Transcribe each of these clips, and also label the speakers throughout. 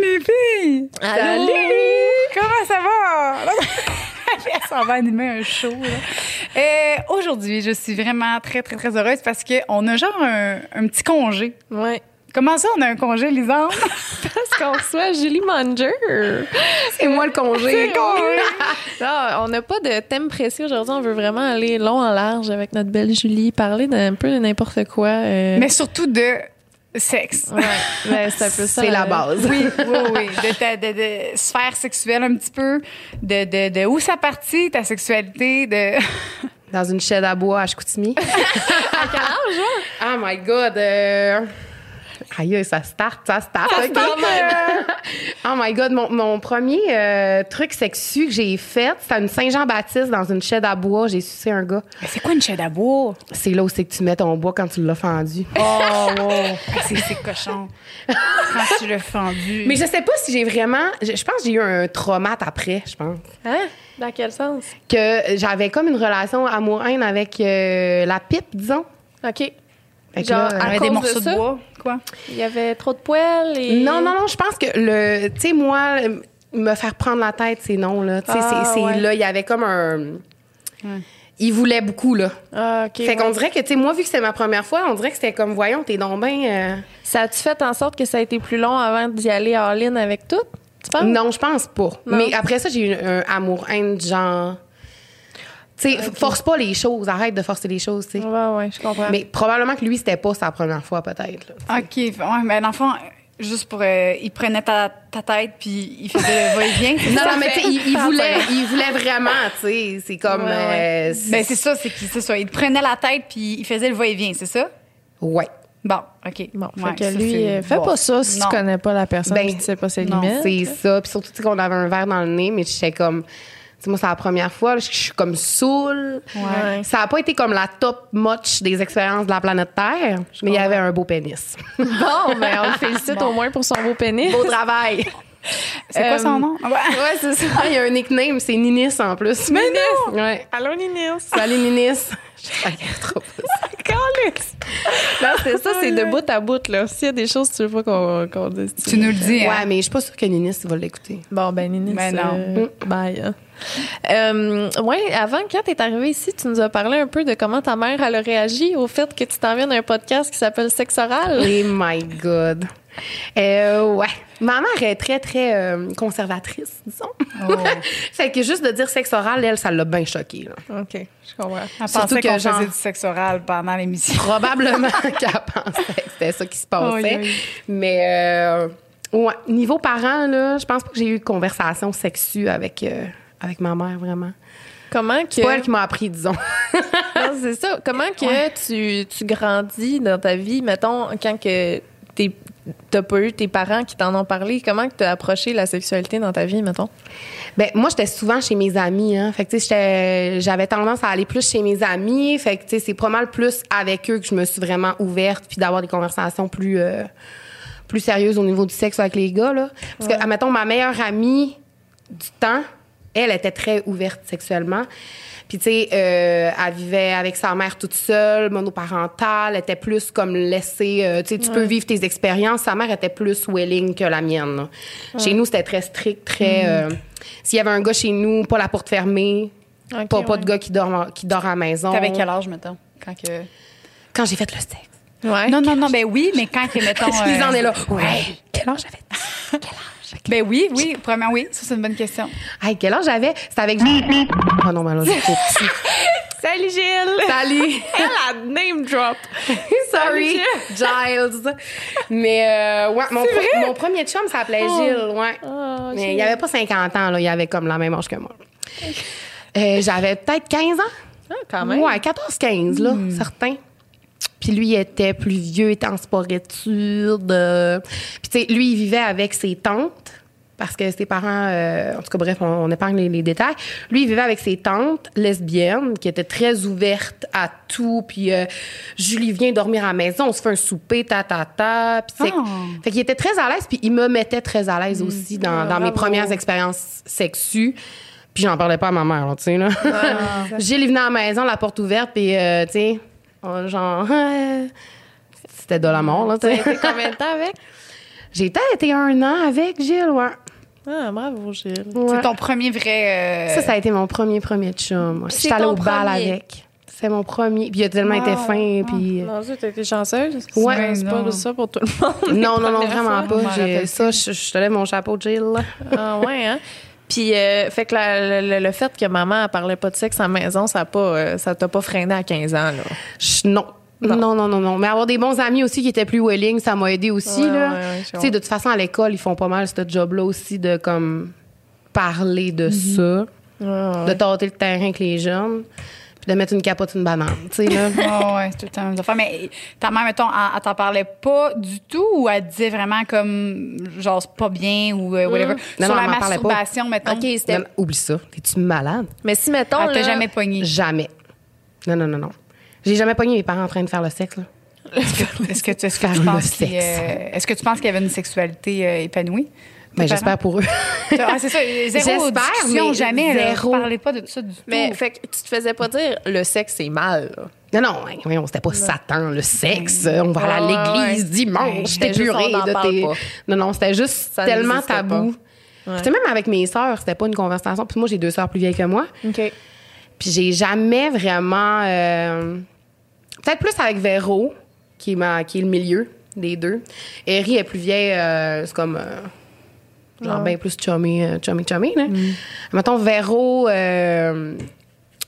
Speaker 1: les filles!
Speaker 2: Allô!
Speaker 1: Comment ça va? Non, mais- Ça va animer un show. là. Euh, Aujourd'hui, je suis vraiment très, très, très heureuse parce qu'on a genre un, un petit congé.
Speaker 2: Ouais.
Speaker 1: Comment ça, on a un congé, Lisande?
Speaker 2: Parce qu'on reçoit Julie Manger.
Speaker 3: C'est moi le congé.
Speaker 2: Là, on n'a pas de thème précis aujourd'hui. On veut vraiment aller long en large avec notre belle Julie, parler d'un peu de n'importe quoi. euh,
Speaker 1: Mais surtout de sexe.
Speaker 2: ouais, ben, c'est un peu ça.
Speaker 3: C'est la
Speaker 2: euh,
Speaker 3: base.
Speaker 1: Oui, oui, oui. De ta de, de sphère sexuelle un petit peu, de, de, de où ça partit, ta sexualité, de...
Speaker 3: Dans une chaîne à bois à Chicoutimi. à quel âge, Oh my God. euh, Aïe, ça start, ça start. ok. oh my God, mon, mon premier euh, truc sexu que j'ai fait, c'était à une Saint-Jean-Baptiste dans une chaîne à bois. J'ai sucé un gars.
Speaker 1: Mais c'est quoi une chaîne à bois?
Speaker 3: C'est là où c'est que tu mets ton bois quand tu l'as fendu.
Speaker 1: Oh, wow. c'est, c'est cochon. Quand tu l'as fendu.
Speaker 3: Mais je sais pas si j'ai vraiment. Je, je pense que j'ai eu un traumate après, je pense.
Speaker 2: Hein? Dans quel sens?
Speaker 3: Que j'avais comme une relation amoureuse avec euh, la pipe, disons.
Speaker 2: OK.
Speaker 3: Fait que
Speaker 2: Genre,
Speaker 3: là,
Speaker 2: à
Speaker 1: avec des
Speaker 2: cause de
Speaker 1: morceaux de,
Speaker 2: ça?
Speaker 1: bois. Quoi?
Speaker 2: Il y avait trop de poils et.
Speaker 3: Non, non, non, je pense que le. Tu sais, moi, euh, me faire prendre la tête, c'est non, là. Tu sais,
Speaker 2: Ah,
Speaker 3: c'est- c'est
Speaker 2: ouais.
Speaker 3: là, il y avait comme un. Il voulait beaucoup, là.
Speaker 2: Ah, OK.
Speaker 3: fait
Speaker 2: ouais.
Speaker 3: qu'on dirait que, tu sais, moi, vu que c'est ma première fois, on dirait que c'était comme, voyons, t'es donc bien. euh,
Speaker 2: Ça a-tu fait en sorte que ça a été plus long avant d'y aller en ligne avec tout? Tu penses?
Speaker 3: Non, je pense pas.
Speaker 2: Oh. Non.
Speaker 3: Mais après ça, j'ai eu un amour-haine, du genre. Tu
Speaker 2: Ah,
Speaker 3: sais, force pas les choses, arrête de forcer les choses, tu sais.
Speaker 2: Ouais, ouais, Ah, je comprends.
Speaker 3: Mais probablement que lui, c'était pas sa première fois, peut-être. là.
Speaker 1: OK. Ouais, mais dans le fond, juste pour... euh, il prenait ta, ta tête puis il faisait le va-et-vient. c'est
Speaker 3: Non,
Speaker 1: ça?
Speaker 3: non, mais tu sais, il, il
Speaker 2: Ça
Speaker 3: voulait, il voulait vraiment, tu sais. C'est comme.
Speaker 2: Ouais, ouais.
Speaker 3: euh, c'est-
Speaker 1: Ben, c'est ça, c'est, qu'il- c'est ça. Il te prenait la tête puis il faisait le va-et-vient, c'est ça?
Speaker 3: ouais.
Speaker 1: Bon, OK.
Speaker 2: Bon,
Speaker 1: Ouais,
Speaker 2: fait
Speaker 1: ça,
Speaker 2: que lui,
Speaker 1: c'est-
Speaker 2: euh, fais
Speaker 1: bon.
Speaker 2: pas ça si
Speaker 1: Non.
Speaker 2: tu connais pas la personne
Speaker 3: Ben,
Speaker 2: pis tu sais pas ses
Speaker 1: non,
Speaker 2: limites.
Speaker 3: C'est ça. Puis surtout, tu sais, qu'on avait un verre dans le nez, mais j'étais comme. tu sais, Moi, c'est la première fois. là, Je je suis comme saoule.
Speaker 2: Ouais.
Speaker 3: Ça n'a pas été comme la top notch des expériences de la planète Terre, mais il y avait un beau pénis.
Speaker 2: Bon, mais on le félicite au moins pour son beau pénis.
Speaker 3: beau travail.
Speaker 1: C'est quoi
Speaker 2: Euh,
Speaker 1: son nom? Ah, ouais.
Speaker 3: ouais, c'est ça. Il y a un nickname, c'est Ninis en plus. Mais
Speaker 2: non!
Speaker 3: Ouais.
Speaker 2: Allô, Ninis!
Speaker 3: Salut Ninis. Je regarde trop pas ça.
Speaker 2: Non, c'est ça, c'est de bout à bout, là. S'il y a des choses que tu veux pas qu'on qu'on dise.
Speaker 1: Tu nous le dis. hein?
Speaker 3: Ouais, mais je suis pas sûre que Ninis va l'écouter.
Speaker 2: Bon, ben, Ninis,
Speaker 1: Ben non.
Speaker 2: euh, bye. hein. Euh, ouais, avant, quand t'es arrivée ici, tu nous as parlé un peu de comment ta mère, elle a réagi au fait que tu t'en viens d'un podcast qui s'appelle Sexe oral.
Speaker 3: Oh my God. Euh, ouais. Ma mère est très, très euh, conservatrice, disons.
Speaker 1: Oh.
Speaker 3: fait que juste de dire sexe oral, elle, ça l'a bien choquée. là.
Speaker 2: OK, je comprends.
Speaker 1: Elle
Speaker 3: Surtout
Speaker 1: pensait
Speaker 3: que
Speaker 1: qu'on
Speaker 3: genre-
Speaker 1: faisait du sexe oral pendant l'émission.
Speaker 3: Probablement qu'elle pensait que c'était ça qui se passait.
Speaker 1: Oui, oui.
Speaker 3: Mais, euh, ouais. Niveau parents, là, je pense pas que j'ai eu de conversation sexue avec, euh, avec ma mère, vraiment.
Speaker 2: Comment que...
Speaker 3: C'est pas elle qui m'a appris, disons.
Speaker 2: Non, c'est ça. Comment que tu, tu grandis dans ta vie, mettons, quand que t'es- t'as pas eu tes parents qui t'en ont parlé, comment que t'as approché la sexualité dans ta vie, mettons?
Speaker 3: Ben moi j'étais souvent chez mes amis hein. Fait que tu sais j'étais- j'avais tendance à aller plus chez mes amis, fait que tu sais c'est pas mal plus avec eux que je me suis vraiment ouverte puis d'avoir des conversations plus euh, plus sérieuses au niveau du sexe avec les gars là parce que admettons ma meilleure amie du temps, elle était très ouverte sexuellement. Puis, tu sais, euh, elle vivait avec sa mère toute seule, monoparentale, elle était plus comme laissée, euh, tu sais, tu peux vivre tes expériences. Sa mère était plus willing que la mienne. là. Chez nous, c'était très strict, très... euh, S'il y avait un gars chez nous, pas la porte fermée,
Speaker 2: Ok,
Speaker 3: pas, pas
Speaker 2: ouais.
Speaker 3: de gars qui dort, en- qui dort à la maison.
Speaker 1: T'avais quel âge, mettons? Quand que...
Speaker 3: Quand j'ai fait le sexe.
Speaker 2: Ouais.
Speaker 1: Non, non, non, ben oui, mais quand que, mettons...
Speaker 3: Je les en
Speaker 1: euh,
Speaker 3: ai là. Ouais. Quel âge j'avais? Quel âge?
Speaker 1: Ben oui, oui, premièrement, oui. Ça, c'est une bonne question.
Speaker 3: Hey, quel âge j'avais? C'était avec... Oh non, mais là, j'étais petit.
Speaker 2: Salut Gilles!
Speaker 3: Salut!
Speaker 2: Elle a name drop.
Speaker 3: Sorry, Giles. Mais euh, ouais, mon, pre- mon premier chum s'appelait Gilles, ouais.
Speaker 2: Oh,
Speaker 3: Mais
Speaker 2: Gilles.
Speaker 3: il avait pas 50 ans, là, il avait comme la même âge que moi. Euh, J'avais peut-être 15 ans.
Speaker 2: Ah, quand même. Hmm.
Speaker 3: Ouais, 14-15, là, certain. Puis lui, il était plus vieux, il était en sport études. euh. Puis tu sais, lui, il vivait avec ses tantes. Parce que ses parents, euh, en tout cas, bref, on, on épargne les, les détails. Lui, il vivait avec ses tantes lesbiennes qui étaient très ouvertes à tout. Puis euh, Julie vient dormir à la maison, on se fait un souper, ta ta ta. Puis c'est-
Speaker 1: Ah.
Speaker 3: fait qu'il était très à l'aise, puis il me mettait très à
Speaker 2: Hmm.
Speaker 3: l'aise aussi dans, dans mes
Speaker 2: bravo.
Speaker 3: premières expériences sexues. Puis j'en parlais pas à ma mère, là, tu sais, là.
Speaker 2: Ah.
Speaker 3: Gilles, il venait à la maison, la porte ouverte, puis, euh, tu sais, on- genre... euh, c'était de la mort, là, tu
Speaker 2: T'as
Speaker 3: sais.
Speaker 2: été combien de temps avec?
Speaker 3: J'ai peut-être été un an avec Gilles, ouais.
Speaker 2: Ah, bravo, Gilles.
Speaker 3: Ouais.
Speaker 1: C'est ton premier vrai. euh,
Speaker 3: Ça, ça a été mon premier premier chum. ouais.
Speaker 4: Puis
Speaker 3: J'étais
Speaker 4: c'est
Speaker 3: allée
Speaker 4: ton
Speaker 3: au bal
Speaker 4: premier.
Speaker 3: avec. C'est mon premier. Puis il a tellement été
Speaker 1: Wow.
Speaker 3: fin. Puis...
Speaker 2: Mon Dieu, t'as été chanceuse.
Speaker 3: Ouais.
Speaker 2: C'est pas
Speaker 1: Non.
Speaker 2: ça pour tout le monde.
Speaker 3: euh, Non, non, non,
Speaker 2: première
Speaker 3: vraiment
Speaker 1: fois.
Speaker 3: pas.
Speaker 1: Je m'en
Speaker 3: J'ai-
Speaker 1: rappelle
Speaker 3: Ça, je, je te lève mon chapeau, Jill.
Speaker 2: ah, ouais, hein? Puis, euh, fait que la- le, le- le fait que maman elle parlait pas de sexe à la maison, ça a pas, euh, ça t'a pas freiné à 15 ans, là.
Speaker 3: Je- non.
Speaker 2: Non.
Speaker 3: Non. non, non, non, Mais avoir des bons amis aussi qui étaient plus willing, ça m'a aidé aussi.
Speaker 2: Ouais,
Speaker 3: là.
Speaker 2: ouais, ouais, je
Speaker 3: tu sais, de toute façon, à l'école, ils font pas mal ce job-là aussi de comme parler de ça, de tâter le terrain avec les jeunes, puis de mettre une capote, une banane. Tu sais, là.
Speaker 1: Ah ouais, c'est tout le temps la même affaire. Mais ta mère, mettons, elle, elle t'en parlait pas du tout ou elle disait vraiment comme, genre, c'est pas bien ou euh, whatever.
Speaker 3: Non,
Speaker 1: Sur
Speaker 3: non,
Speaker 1: la
Speaker 3: elle m'en parlait pas.
Speaker 1: masturbation, mettons.
Speaker 2: OK, c'était.
Speaker 3: Non, non, oublie ça. T'es-tu malade?
Speaker 2: Mais si, mettons.
Speaker 1: Elle t'a
Speaker 2: là-
Speaker 1: jamais pogné.
Speaker 3: Jamais. Non, non, non, non. J'ai jamais pogné mes parents en train de faire le sexe. Là.
Speaker 1: Est-ce que, tu- est-ce que
Speaker 3: Faire
Speaker 1: tu
Speaker 3: le
Speaker 1: penses qu'il,
Speaker 3: sexe.
Speaker 1: euh, est-ce que tu penses qu'il y avait une sexualité euh, épanouie?
Speaker 3: Ben,
Speaker 1: Tes parents?
Speaker 3: j'espère pour eux.
Speaker 1: Ah, c'est ça, zéro
Speaker 3: J'espère,
Speaker 1: discussion,
Speaker 3: mais
Speaker 1: jamais. là.
Speaker 3: zéro.
Speaker 1: Vous parlez pas de ça du tout.
Speaker 2: Mais, fait que tu te faisais pas dire le sexe, c'est mal, là.
Speaker 3: Non, non, hein, voyons, c'était pas Satan, le sexe. On va aller à
Speaker 2: Mm. Ouais, ouais,
Speaker 3: l'église
Speaker 2: ouais.
Speaker 3: dimanche,
Speaker 2: C'était
Speaker 3: t'es
Speaker 2: juste, on
Speaker 3: purée
Speaker 2: n'en
Speaker 3: de
Speaker 2: parle
Speaker 3: tes.
Speaker 2: pas.
Speaker 3: Non, non, c'était juste
Speaker 2: Ça
Speaker 3: tellement
Speaker 2: n'existait
Speaker 3: tabou.
Speaker 2: pas.
Speaker 3: Puis, tu sais, même avec mes sœurs, c'était pas une conversation. Puis moi, j'ai deux sœurs plus vieilles que moi.
Speaker 2: OK.
Speaker 3: Puis j'ai jamais vraiment. euh, Peut-être plus avec Véro, qui est, ma- qui est le milieu des deux. Eri est plus vieille, euh, c'est comme. euh, genre bien plus chummy, euh, chummy, chummy. Là. Mettons, Véro. euh,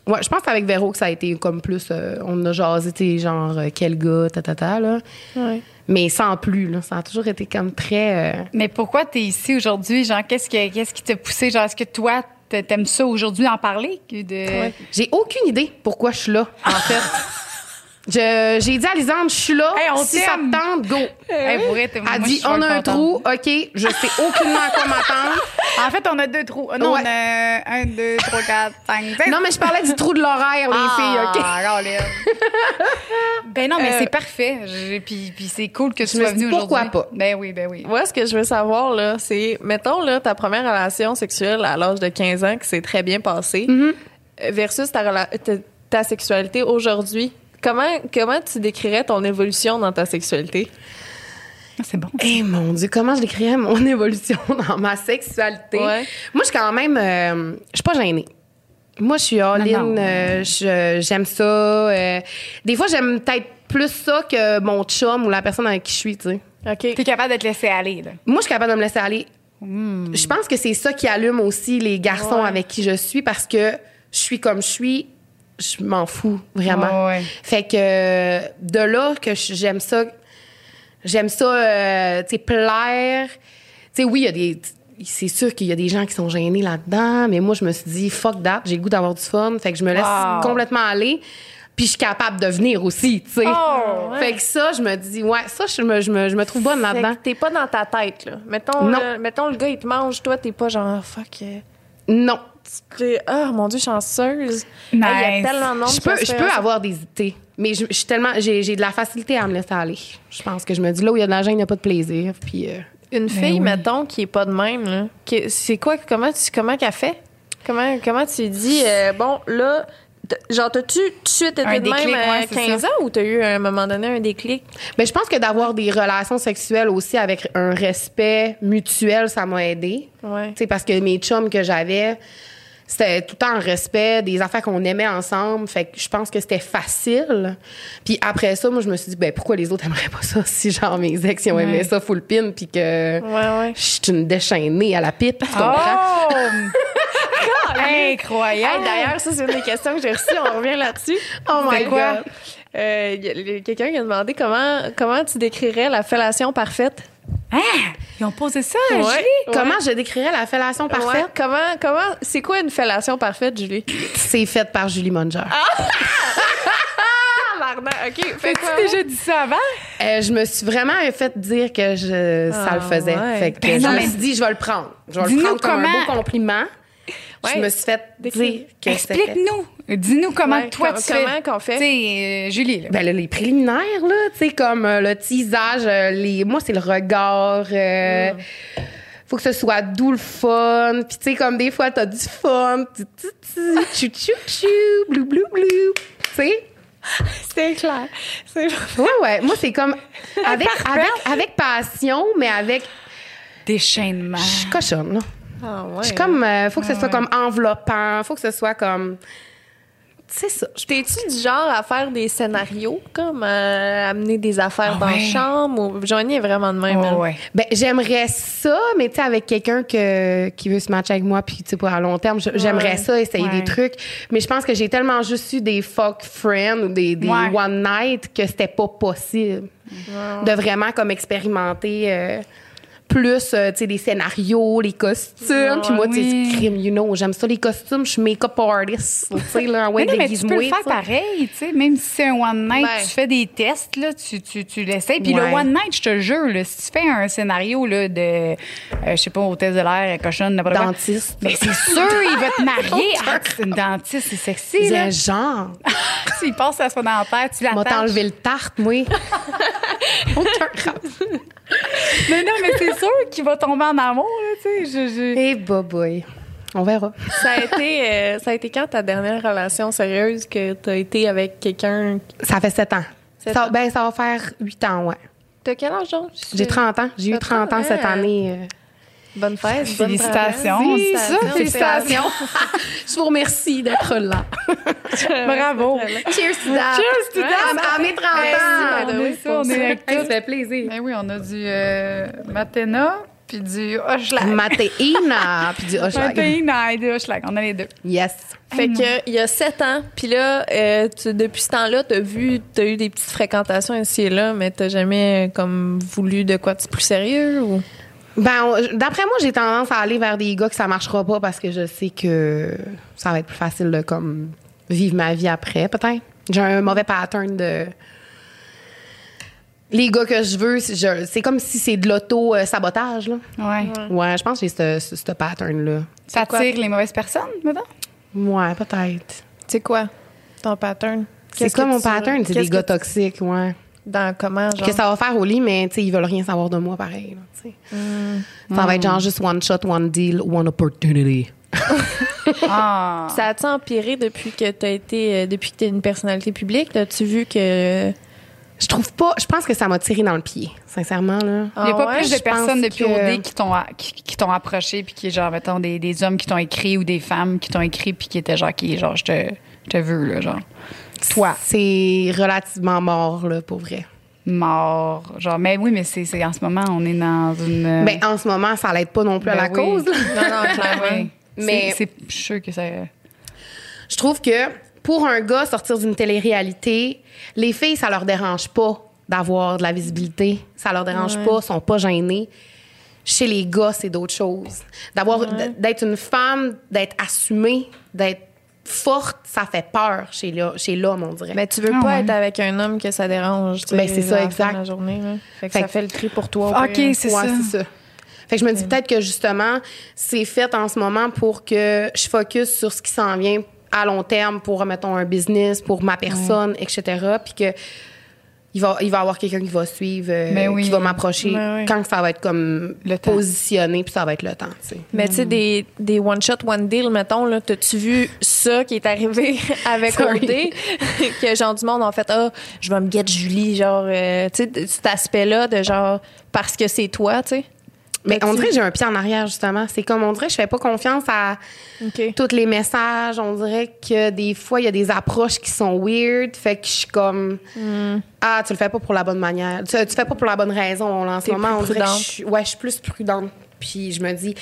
Speaker 3: ouais, je pense qu'avec Véro que ça a été comme plus. euh, on a jasé, tu sais, genre, euh, quel gars, ta, ta, ta, là.
Speaker 2: Ouais.
Speaker 3: Mais sans plus, là. Ça a toujours été comme très. euh,
Speaker 1: Mais pourquoi tu es ici aujourd'hui? Genre, qu'est-ce, que- qu'est-ce qui t'a poussé? Genre, est-ce que toi, t'a- t'aimes ça aujourd'hui en parler? que De...
Speaker 2: Ouais.
Speaker 3: J'ai aucune idée pourquoi je suis là, en fait. Je- J'ai dit à Lisande, je suis là.
Speaker 1: Hey, on
Speaker 3: si ça
Speaker 1: t'aime.
Speaker 3: te tente, go.
Speaker 1: Hey, pour vrai, t'es- moi,
Speaker 3: Elle
Speaker 1: je
Speaker 3: dit,
Speaker 1: suis
Speaker 3: on a
Speaker 1: vraiment
Speaker 3: un
Speaker 1: contente.
Speaker 3: trou, OK, je sais aucunement à quoi m'attendre.
Speaker 1: En fait, on a deux trous. Ah Non,
Speaker 3: Ouais.
Speaker 1: on a un, deux, trois, quatre, cinq, six.
Speaker 3: Non, mais je parlais du trou de l'horaire, les
Speaker 1: Ah.
Speaker 3: filles, OK? Euh,
Speaker 1: filles, OK. ben non, mais c'est parfait. Je- Puis, puis c'est cool que tu
Speaker 3: me
Speaker 1: sois
Speaker 3: suis dit,
Speaker 1: venue aujourd'hui.
Speaker 3: pourquoi pas?
Speaker 1: Ben oui, ben oui.
Speaker 2: Moi, ce que je veux savoir, là, c'est, mettons, là, ta première relation sexuelle à l'âge de 15 ans qui s'est très bien passée, euh, versus ta, rela- ta, ta sexualité aujourd'hui. Comment, comment tu décrirais ton évolution dans ta sexualité?
Speaker 1: Ah, C'est bon.
Speaker 3: Eh mon Dieu, comment je décrirais mon évolution dans ma sexualité?
Speaker 2: Ouais.
Speaker 3: Moi, je suis quand même. euh, je suis pas gênée. Moi, je suis
Speaker 1: Non, non.
Speaker 3: all-in. euh, je- j'aime ça. euh, des fois, j'aime peut-être plus ça que mon chum ou la personne avec qui je suis, tu sais.
Speaker 2: OK.
Speaker 1: T'es capable de te laisser aller, là. Hmm.
Speaker 3: Moi, je suis capable de me laisser aller. Je pense que c'est ça qui allume aussi les garçons
Speaker 2: Ouais.
Speaker 3: avec qui je suis parce que je suis comme je suis. Je m'en fous vraiment.
Speaker 1: Ouais, ouais.
Speaker 3: Fait que euh, de là que je- j'aime ça, j'aime ça, euh, tu sais, plaire. Tu sais, oui, il y a des. C'est sûr qu'il y a des gens qui sont gênés là-dedans, mais moi, je me suis dit, fuck that, j'ai le goût d'avoir du fun. Fait que je me laisse
Speaker 1: Wow.
Speaker 3: complètement aller. Puis je suis capable de venir aussi, tu sais.
Speaker 1: Oh,
Speaker 3: Fait que ça, je me dis, ouais, ça, je me, je me, je me trouve bonne
Speaker 2: Fait
Speaker 3: là-dedans.
Speaker 2: que T'es pas dans ta tête, là. Mettons,
Speaker 3: Non.
Speaker 2: là, mettons le gars, il te mange, toi, t'es pas genre, fuck. euh,
Speaker 3: Non.
Speaker 2: t'es- Ah, mon Dieu, chanceuse.
Speaker 1: Nice.
Speaker 2: Hey, il y a tellement de monde
Speaker 3: Je
Speaker 2: qui
Speaker 3: peux,
Speaker 2: a
Speaker 3: je
Speaker 2: fait
Speaker 3: peux
Speaker 2: ça.
Speaker 3: avoir des idées, mais je, je suis tellement, j'ai, j'ai de la facilité à me laisser aller. Je pense que je me dis, là où il y a de la gêne, il n'y a pas de plaisir. Puis, euh,
Speaker 2: Une fille,
Speaker 1: oui.
Speaker 2: mettons, qui est pas de même, là, qui- c'est quoi, comment tu, comment qu'elle fait? Comment, comment tu dis, euh, bon, là, t- genre, t'as-tu tout de suite
Speaker 1: Un
Speaker 2: été de
Speaker 1: déclic,
Speaker 2: même à
Speaker 1: ouais, c'est
Speaker 2: 15 ans ou t'as eu à un moment donné un déclic?
Speaker 3: ben, je pense que d'avoir des relations sexuelles aussi avec un respect mutuel, ça m'a aidé.
Speaker 2: Ouais.
Speaker 3: Tu sais, parce que mes chums que j'avais, c'était tout le temps en respect, des affaires qu'on aimait ensemble. Fait que je pense que c'était facile. Puis après ça, moi, je me suis dit, ben, pourquoi les autres aimeraient pas ça si, genre, mes ex, ils ont aimé
Speaker 1: Ouais.
Speaker 3: ça full pin, puis que
Speaker 2: Ouais, Ah! ouais.
Speaker 3: je suis une déchaînée à la pipe, tu comprends?
Speaker 1: Oh! Incroyable.
Speaker 2: Hey,
Speaker 3: Ah.
Speaker 2: D'ailleurs, ça, c'est une des questions que j'ai reçues. On revient là-dessus.
Speaker 3: Oh my
Speaker 2: C'est quoi?
Speaker 3: God.
Speaker 2: Euh, y a- y a Quelqu'un qui a demandé comment, comment tu décrirais la fellation parfaite.
Speaker 1: Hein? Ils ont posé ça,
Speaker 2: Ouais.
Speaker 1: Julie?
Speaker 3: Comment je décrirais la fellation parfaite?
Speaker 2: Ouais, comment, comment, c'est quoi une fellation parfaite, Julie?
Speaker 3: C'est faite par Julie Munger.
Speaker 2: Ah, l'arnaque. OK. Fais
Speaker 1: T'as-tu déjà dit ça avant?
Speaker 3: Euh, je me suis vraiment fait dire que je, ça
Speaker 2: Ah,
Speaker 3: le faisait.
Speaker 2: ouais.
Speaker 3: Fait que
Speaker 1: Ben
Speaker 3: je
Speaker 1: non,
Speaker 3: me
Speaker 1: mais-
Speaker 3: suis dit, je vais le prendre. Je vais le
Speaker 1: Dis-nous
Speaker 3: prendre comme un
Speaker 1: comment-
Speaker 3: beau compliment. Je
Speaker 2: Ouais.
Speaker 3: me suis fait
Speaker 2: Décris-
Speaker 3: dire que c'était...
Speaker 1: Explique-nous. Dis-nous comment
Speaker 2: Ouais,
Speaker 1: toi,
Speaker 2: com-
Speaker 1: tu
Speaker 2: comment
Speaker 1: fais.
Speaker 2: qu'on fait?
Speaker 1: Tu sais, euh, Julie, là.
Speaker 3: Ben là, les préliminaires, là, tu sais, comme euh, le teasage, euh, les... moi, c'est le regard. euh, Faut que ce soit doux le fun. Puis, tu sais, comme des fois, t'as du fun. Tu, tu, tu, chou, chou, chou, blou, blou, blou. Tu sais?
Speaker 2: C'est clair. C'est vrai.
Speaker 3: Ouais, ouais. Moi, c'est comme avec,
Speaker 1: Parfait.
Speaker 3: avec, avec passion, mais avec.
Speaker 1: Déchaînement.
Speaker 3: Je suis cochonne, là.
Speaker 2: Ah ouais.
Speaker 3: Je suis comme. euh, faut que ce
Speaker 1: Ouais,
Speaker 3: soit
Speaker 1: ouais.
Speaker 3: comme enveloppant, faut que ce soit comme.
Speaker 2: C'est ça. hein. T'es-tu du genre à faire des scénarios, comme euh, amener des affaires
Speaker 1: Ah
Speaker 2: dans la
Speaker 1: ouais.
Speaker 2: chambre? Ou... Joanie est vraiment de même. hein?
Speaker 1: Ouais,
Speaker 2: elle.
Speaker 1: ouais.
Speaker 3: Ben, j'aimerais ça, mais tu sais, avec quelqu'un que, qui veut se matcher avec moi, puis tu sais, pour à long terme, je- j'aimerais ça, essayer
Speaker 1: Ouais.
Speaker 3: des trucs. Mais je pense que j'ai tellement juste eu des fuck friends ou des, des
Speaker 1: Ouais.
Speaker 3: one night que c'était pas possible de vraiment comme expérimenter euh, plus, euh, tu sais, des scénarios, les costumes. Puis moi, tu sais,
Speaker 1: oui.
Speaker 3: c'est crime, you know, j'aime ça, les costumes, je suis make-up artist, tu sais, là, ouais,
Speaker 1: mais, non, mais tu peux le
Speaker 3: déguise-moi,
Speaker 1: faire
Speaker 3: ça.
Speaker 1: pareil, tu sais, même si c'est un one night,
Speaker 2: Ouais.
Speaker 1: tu fais des tests, là, tu, tu, tu l'essayes. Puis
Speaker 3: Ouais.
Speaker 1: le one night, je te jure, là, si tu fais un scénario là, de, euh, je sais pas, hôtesse de l'air, cochonne, n'importe quoi.
Speaker 3: Dentiste.
Speaker 1: Mais c'est sûr, il va te marier. Ah, c'est une dentiste, c'est sexy, là.
Speaker 3: Le genre.
Speaker 1: Il passe à son dentaire, tu
Speaker 3: M'a
Speaker 1: l'attends.
Speaker 3: t'enlevé le tarte, moi. Aucun rap.
Speaker 1: Mais non, mais c'est sûr qu'il va tomber en amour, là, tu sais. je- je-
Speaker 3: Et boboy. On verra.
Speaker 2: Ça, a été, euh, ça a été quand ta dernière relation sérieuse que t'as été avec quelqu'un?
Speaker 3: Ça fait 7 ans.
Speaker 2: Sept
Speaker 3: ça,
Speaker 2: ans.
Speaker 3: Ben, ça va faire 8 ans, ouais.
Speaker 2: T'as quel âge, donc?
Speaker 3: J'ai 30 ans. J'ai eu 30 ans cette
Speaker 2: Ah.
Speaker 3: année. euh.
Speaker 2: Bonne fête. bonne
Speaker 1: Félicitations,
Speaker 2: première.
Speaker 1: c'est ça,
Speaker 2: félicitations.
Speaker 3: Je vous remercie d'être là.
Speaker 1: Bravo.
Speaker 3: Cheers, Tudam.
Speaker 1: Cheers, to that.
Speaker 3: À mes 30
Speaker 2: Merci,
Speaker 3: ans.
Speaker 2: madame.
Speaker 1: On est ça, on est avec
Speaker 3: Hey, ça
Speaker 1: tout.
Speaker 3: fait plaisir.
Speaker 1: Ben oui, on a du euh, Matena puis du Hochelag.
Speaker 3: Matéina, puis du Hochelag.
Speaker 1: Matena et du Hochelag, on a les deux.
Speaker 3: Yes.
Speaker 2: Fait que il y a sept ans, puis là, euh, tu- depuis ce temps-là, t'as vu, t'as eu des petites fréquentations ici et là, mais t'as jamais euh, comme voulu de quoi de plus sérieux ou
Speaker 3: Ben, on- d'après moi, j'ai tendance à aller vers des gars que ça marchera pas parce que je sais que ça va être plus facile de comme vivre ma vie après, peut-être. J'ai un mauvais pattern de les gars que je veux, c'est- je- c'est comme si c'est de l'auto euh, sabotage là.
Speaker 1: Ouais.
Speaker 3: Ouais, je pense que j'ai ce, ce, ce pattern là.
Speaker 1: Ça
Speaker 2: C'est quoi?
Speaker 1: attire les mauvaises personnes, maintenant?
Speaker 3: Ouais, peut-être.
Speaker 2: c'est quoi ton pattern
Speaker 3: C'est
Speaker 2: Qu'est-ce
Speaker 3: quoi
Speaker 2: que
Speaker 3: mon
Speaker 2: tu-
Speaker 3: pattern, c'est des
Speaker 2: qu'est-ce
Speaker 3: gars
Speaker 2: que-
Speaker 3: toxiques, ouais.
Speaker 2: dans comment genre
Speaker 3: Que ça va faire au lit, mais tu sais, ils veulent rien savoir de moi pareil. là, tu sais. Ça va être
Speaker 2: Mm.
Speaker 3: genre juste one shot, one deal, one opportunity.
Speaker 1: Ah.
Speaker 2: Ça a-tu empiré depuis que t'as été, euh, depuis que t'es une personnalité publique? T'as-tu vu que.
Speaker 3: Je trouve pas. Je pense que ça m'a tiré dans le pied, sincèrement là.
Speaker 1: Il n'y a
Speaker 2: Ah
Speaker 1: pas
Speaker 2: ouais?
Speaker 1: plus de
Speaker 3: je pense
Speaker 1: personnes depuis
Speaker 3: que-
Speaker 1: OD qui t'ont qui, qui t'ont approché puis qui est genre mettons des, des hommes qui t'ont écrit ou des femmes qui t'ont écrit puis qui étaient genre qui genre je te je te veux là genre toi
Speaker 3: C'est relativement mort là pour vrai.
Speaker 1: mort genre mais oui mais c'est c'est en ce moment on est dans
Speaker 2: Euh.
Speaker 1: une euh,
Speaker 3: Ben en ce moment, ça l'aide pas non plus à la
Speaker 1: Ben oui.
Speaker 3: cause. là.
Speaker 2: Non, non, clairement.
Speaker 1: Ouais.
Speaker 3: Mais-
Speaker 1: c'est c'est- je suis sûre que ça
Speaker 3: Je trouve que pour un gars sortir d'une télé-réalité, les filles, ça leur dérange pas d'avoir de la visibilité. Ça leur dérange pas, sont pas gênés. Chez les gars, c'est d'autres choses. D'avoir d'être une femme, d'être assumée, d'être forte, ça fait peur chez le- chez l'homme, on dirait.
Speaker 2: Mais ben, tu veux
Speaker 1: Ah
Speaker 2: pas
Speaker 1: ouais.
Speaker 2: être avec un homme que ça dérange. tu sais,
Speaker 3: Ben, c'est ça,
Speaker 2: à la fin de
Speaker 3: exact.
Speaker 2: La journée, là. Fait que
Speaker 3: Fait
Speaker 2: ça
Speaker 3: que-
Speaker 2: fait le tri pour toi. au
Speaker 1: OK
Speaker 2: pire.
Speaker 1: c'est
Speaker 3: Ouais,
Speaker 1: ça
Speaker 3: c'est ça. Fait que je me dis peut-être que justement, c'est fait en ce moment pour que je focus sur ce qui s'en vient à long terme pour, mettons, un business, pour ma personne, etc. Puis que il va, il va y avoir quelqu'un qui va suivre, euh,
Speaker 1: Ben oui.
Speaker 3: qui va m'approcher
Speaker 2: Ben oui.
Speaker 3: quand ça va être comme
Speaker 1: Le temps.
Speaker 3: positionné, puis ça va être le temps, tu sais.
Speaker 2: Mais tu sais, des, des one-shot, one-deal, mettons, là, t'as-tu vu ça qui est arrivé avec
Speaker 3: Sorry.
Speaker 2: OD? que genre du monde en fait, ah, je vais me guette Julie, genre, euh, tu sais, de- cet aspect-là de genre, parce que c'est toi, tu sais.
Speaker 3: Mais
Speaker 1: Ben,
Speaker 2: T'as-tu-
Speaker 3: on dirait que j'ai un pied en arrière, justement. C'est comme, on dirait que je fais pas confiance à
Speaker 2: OK.
Speaker 3: tous les messages. On dirait que des fois, il y a des approches qui sont weird. Fait que je suis comme,
Speaker 2: Hmm.
Speaker 3: ah, tu le fais pas pour la bonne manière. Tu, tu fais pas pour la bonne raison. là, en ce
Speaker 2: T'es
Speaker 3: moment,
Speaker 2: plus
Speaker 3: on dirait que je
Speaker 2: prudente.
Speaker 3: suis, ouais, je suis plus prudente. Puis je me dis,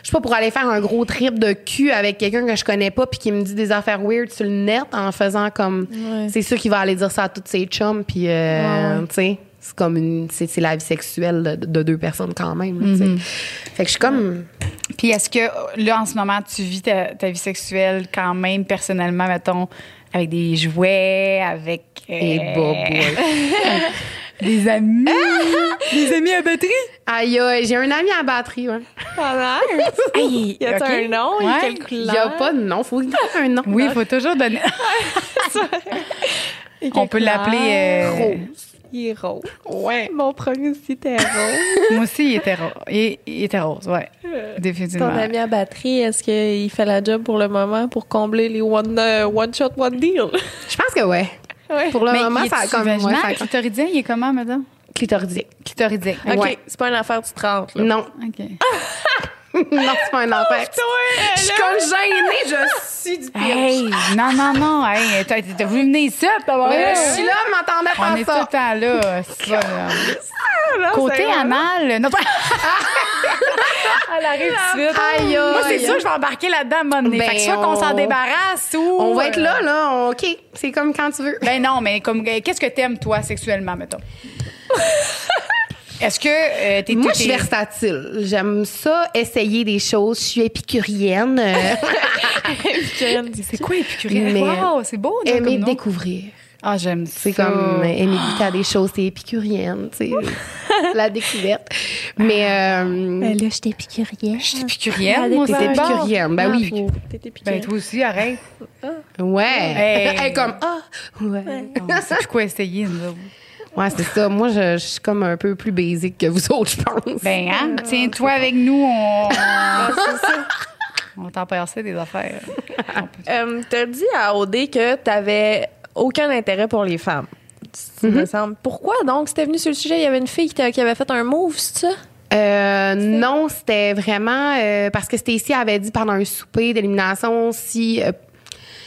Speaker 3: je suis pas pour aller faire un gros trip de cul avec quelqu'un que je connais pas puis qui me dit des affaires weird sur le net en faisant comme,
Speaker 2: Ouais.
Speaker 3: c'est sûr qu'il va aller dire ça à toutes ses chums. Puis, euh,
Speaker 2: Ouais, ouais.
Speaker 3: tu sais, c'est comme une, c'est c'est la vie sexuelle de, de deux personnes quand même. là, tu
Speaker 2: Mm-hmm.
Speaker 3: sais. Fait que je suis comme,
Speaker 1: puis est-ce que là en ce moment tu vis ta, ta vie sexuelle quand même personnellement mettons avec des jouets avec euh,
Speaker 3: et bobo.
Speaker 1: des amis des amis à batterie
Speaker 3: Aïe, aïe, j'ai un ami à la batterie, ouais.
Speaker 2: Il y a
Speaker 1: OK.
Speaker 2: un nom? Il y
Speaker 1: Ouais.
Speaker 2: a quelle
Speaker 3: Il
Speaker 2: couleur?
Speaker 3: n'y a pas de nom, faut donner un nom.
Speaker 1: Oui, il faut toujours donner.
Speaker 2: Il y a quelle
Speaker 1: On peut l'appeler.
Speaker 2: couleur?
Speaker 1: euh,
Speaker 2: Il est rose.
Speaker 3: Ouais.
Speaker 2: Mon premier aussi était rose.
Speaker 1: moi aussi, il était rose. Il, il était rose, ouais.
Speaker 2: Ton
Speaker 3: Euh,
Speaker 1: Définitivement.
Speaker 2: ami à batterie, est-ce qu'il fait la job pour le moment pour combler les one, euh, one shot, one deal?
Speaker 3: Je pense que ouais.
Speaker 2: Ouais.
Speaker 3: Pour le
Speaker 1: Mais
Speaker 3: moment,
Speaker 1: il
Speaker 3: ça a
Speaker 1: est-tu
Speaker 3: comme ouais,
Speaker 1: vaginal,
Speaker 3: ça a comme-
Speaker 1: clitoridien, il est comment, madame?
Speaker 3: clitoridique.
Speaker 1: Clitoridien.
Speaker 2: OK,
Speaker 3: Ouais.
Speaker 2: c'est pas une affaire du 30, là.
Speaker 3: Non,
Speaker 1: OK.
Speaker 3: non, c'est pas un
Speaker 1: Oh,
Speaker 3: enfer. Je suis comme gênée, je suis du pire.
Speaker 1: Hey, non, non, non. Hey, t'as t'as voulu venir ici, hein, t'as
Speaker 3: Mais là,
Speaker 1: Ouais.
Speaker 3: je suis là, m'entendais
Speaker 1: On
Speaker 3: pas
Speaker 1: est tout
Speaker 3: ça.
Speaker 1: le temps là. c'est pas, là.
Speaker 2: Non,
Speaker 1: Côté anal. Non, pas-
Speaker 2: Elle arrive tout de suite.
Speaker 3: Aïe,
Speaker 1: moi, c'est
Speaker 3: aïe.
Speaker 1: sûr, je vais embarquer là-dedans à un moment donné.
Speaker 3: Ben,
Speaker 1: fait que soit qu'on s'en
Speaker 3: on-
Speaker 1: débarrasse ou.
Speaker 3: On va être
Speaker 1: euh,
Speaker 3: là, là. on- OK, c'est comme quand tu veux.
Speaker 1: Ben non, mais comme euh, qu'est-ce que t'aimes toi sexuellement, mettons? Est-ce que euh, t'es
Speaker 3: Moi,
Speaker 1: t'es-
Speaker 3: je suis versatile. J'aime ça, essayer des choses. Je suis épicurienne. euh,
Speaker 1: C'est quoi épicurienne?
Speaker 3: Mais-
Speaker 1: Wow, c'est beau, non,
Speaker 3: aimer
Speaker 1: comme nom.
Speaker 3: découvrir.
Speaker 1: Ah, j'aime ça.
Speaker 3: C'est comme euh, aimer goûter à des choses, c'est épicurienne, tu sais. la découverte. Mais euh,
Speaker 4: Ben là, j'étais épicurienne.
Speaker 1: Je suis épicurienne, moi,
Speaker 4: T'es
Speaker 1: c'est bon.
Speaker 3: Ah. épicurienne, ben oui.
Speaker 2: T'es
Speaker 1: Ben
Speaker 2: épicurienne.
Speaker 1: toi aussi, arrête.
Speaker 3: ouais.
Speaker 1: Hey.
Speaker 3: Elle est comme ah ouais.
Speaker 1: On sait quoi essayer, nous autres.
Speaker 3: Ouais, c'est ça. Moi, je, je suis comme un peu plus basique que vous autres, je pense.
Speaker 1: Ben, hein? Tiens-toi avec nous, on.
Speaker 3: Ah,
Speaker 1: on t'en passait des affaires. On peut-
Speaker 2: Euh, T'as dit à OD que t'avais aucun intérêt pour les femmes. Ça me semble. Pourquoi donc? C'était venu sur le sujet, il y avait une fille qui, t'a- qui avait fait un move, c'est ça?
Speaker 3: Euh, non, c'était vraiment euh, parce que Stacy avait dit pendant un souper d'élimination si euh,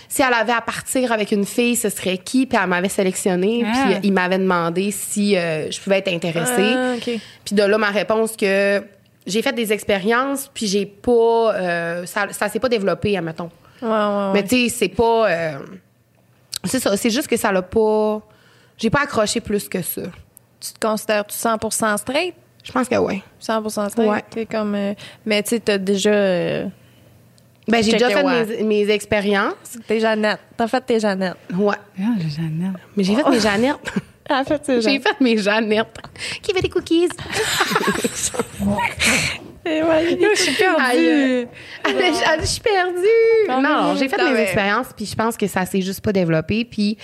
Speaker 3: si elle avait à partir avec une fille, ce serait qui Puis elle m'avait sélectionné,
Speaker 1: Ah.
Speaker 3: puis euh, il m'avait demandé si euh, je pouvais être intéressée.
Speaker 2: Ah, ok.
Speaker 3: Puis de là ma réponse que j'ai fait des expériences, puis j'ai pas euh, ça ça s'est pas développé, admettons.
Speaker 2: Ouais, ouais,
Speaker 3: Mais
Speaker 2: ouais.
Speaker 3: tu sais, c'est pas euh, c'est ça, c'est juste que ça l'a pas j'ai pas accroché plus que ça.
Speaker 2: tu te considères-tu 100% straight?
Speaker 3: Je pense que ouais.
Speaker 2: 100% straight?
Speaker 3: Ouais.
Speaker 2: T'es comme, euh, mais tu sais, t'as déjà... euh,
Speaker 3: Ben j'ai
Speaker 2: Check
Speaker 3: déjà
Speaker 2: it,
Speaker 3: fait
Speaker 2: ouais.
Speaker 3: mes, mes expériences.
Speaker 2: t'es Jeannette. T'as fait tes Jeannette.
Speaker 3: Ouais.
Speaker 1: Ah, Jeannette.
Speaker 3: Mais j'ai fait mes Jeannettes.
Speaker 2: T'as fait tes
Speaker 3: Oh. j'ai
Speaker 2: Jeannettes.
Speaker 3: fait mes Jeannettes. Qui veut des cookies?
Speaker 2: Eh ouais,
Speaker 1: Yo, je suis perdue.
Speaker 3: Aïe. Elle a- elle dit, je suis perdue.
Speaker 2: Quand
Speaker 3: non,
Speaker 2: même.
Speaker 3: j'ai fait
Speaker 2: Quand
Speaker 3: mes
Speaker 2: même.
Speaker 3: expériences, puis je pense que ça s'est juste pas développé. Puis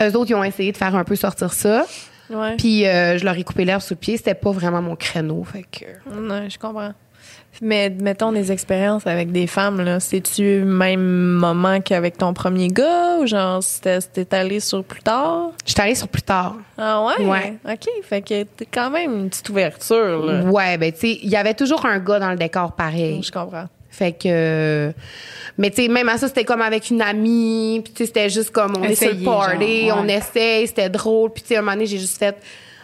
Speaker 3: eux autres, ils ont essayé de faire un peu sortir ça.
Speaker 2: Ouais.
Speaker 3: Puis euh, je leur ai coupé l'herbe sous le pied. C'était pas vraiment mon créneau. Fait que.
Speaker 2: Non, je comprends. Mais mettons des expériences avec des femmes, là. C'est-tu même moment qu'avec ton premier gars ou genre c'était c'était allé sur plus tard?
Speaker 3: J'étais allée sur plus tard.
Speaker 2: Ah ouais?
Speaker 3: Ouais.
Speaker 2: OK. Fait que t'es quand même une petite ouverture, là.
Speaker 3: Ouais, ben, tu sais, il y avait toujours un gars dans le décor pareil.
Speaker 2: Je comprends.
Speaker 3: Fait que. Mais tu sais, même à ça, c'était comme avec une amie. Puis tu sais, c'était juste comme on est sur
Speaker 1: Essayer,
Speaker 3: le party,
Speaker 1: genre, ouais.
Speaker 3: on essaye, c'était drôle. Puis tu sais, un moment donné, j'ai juste fait.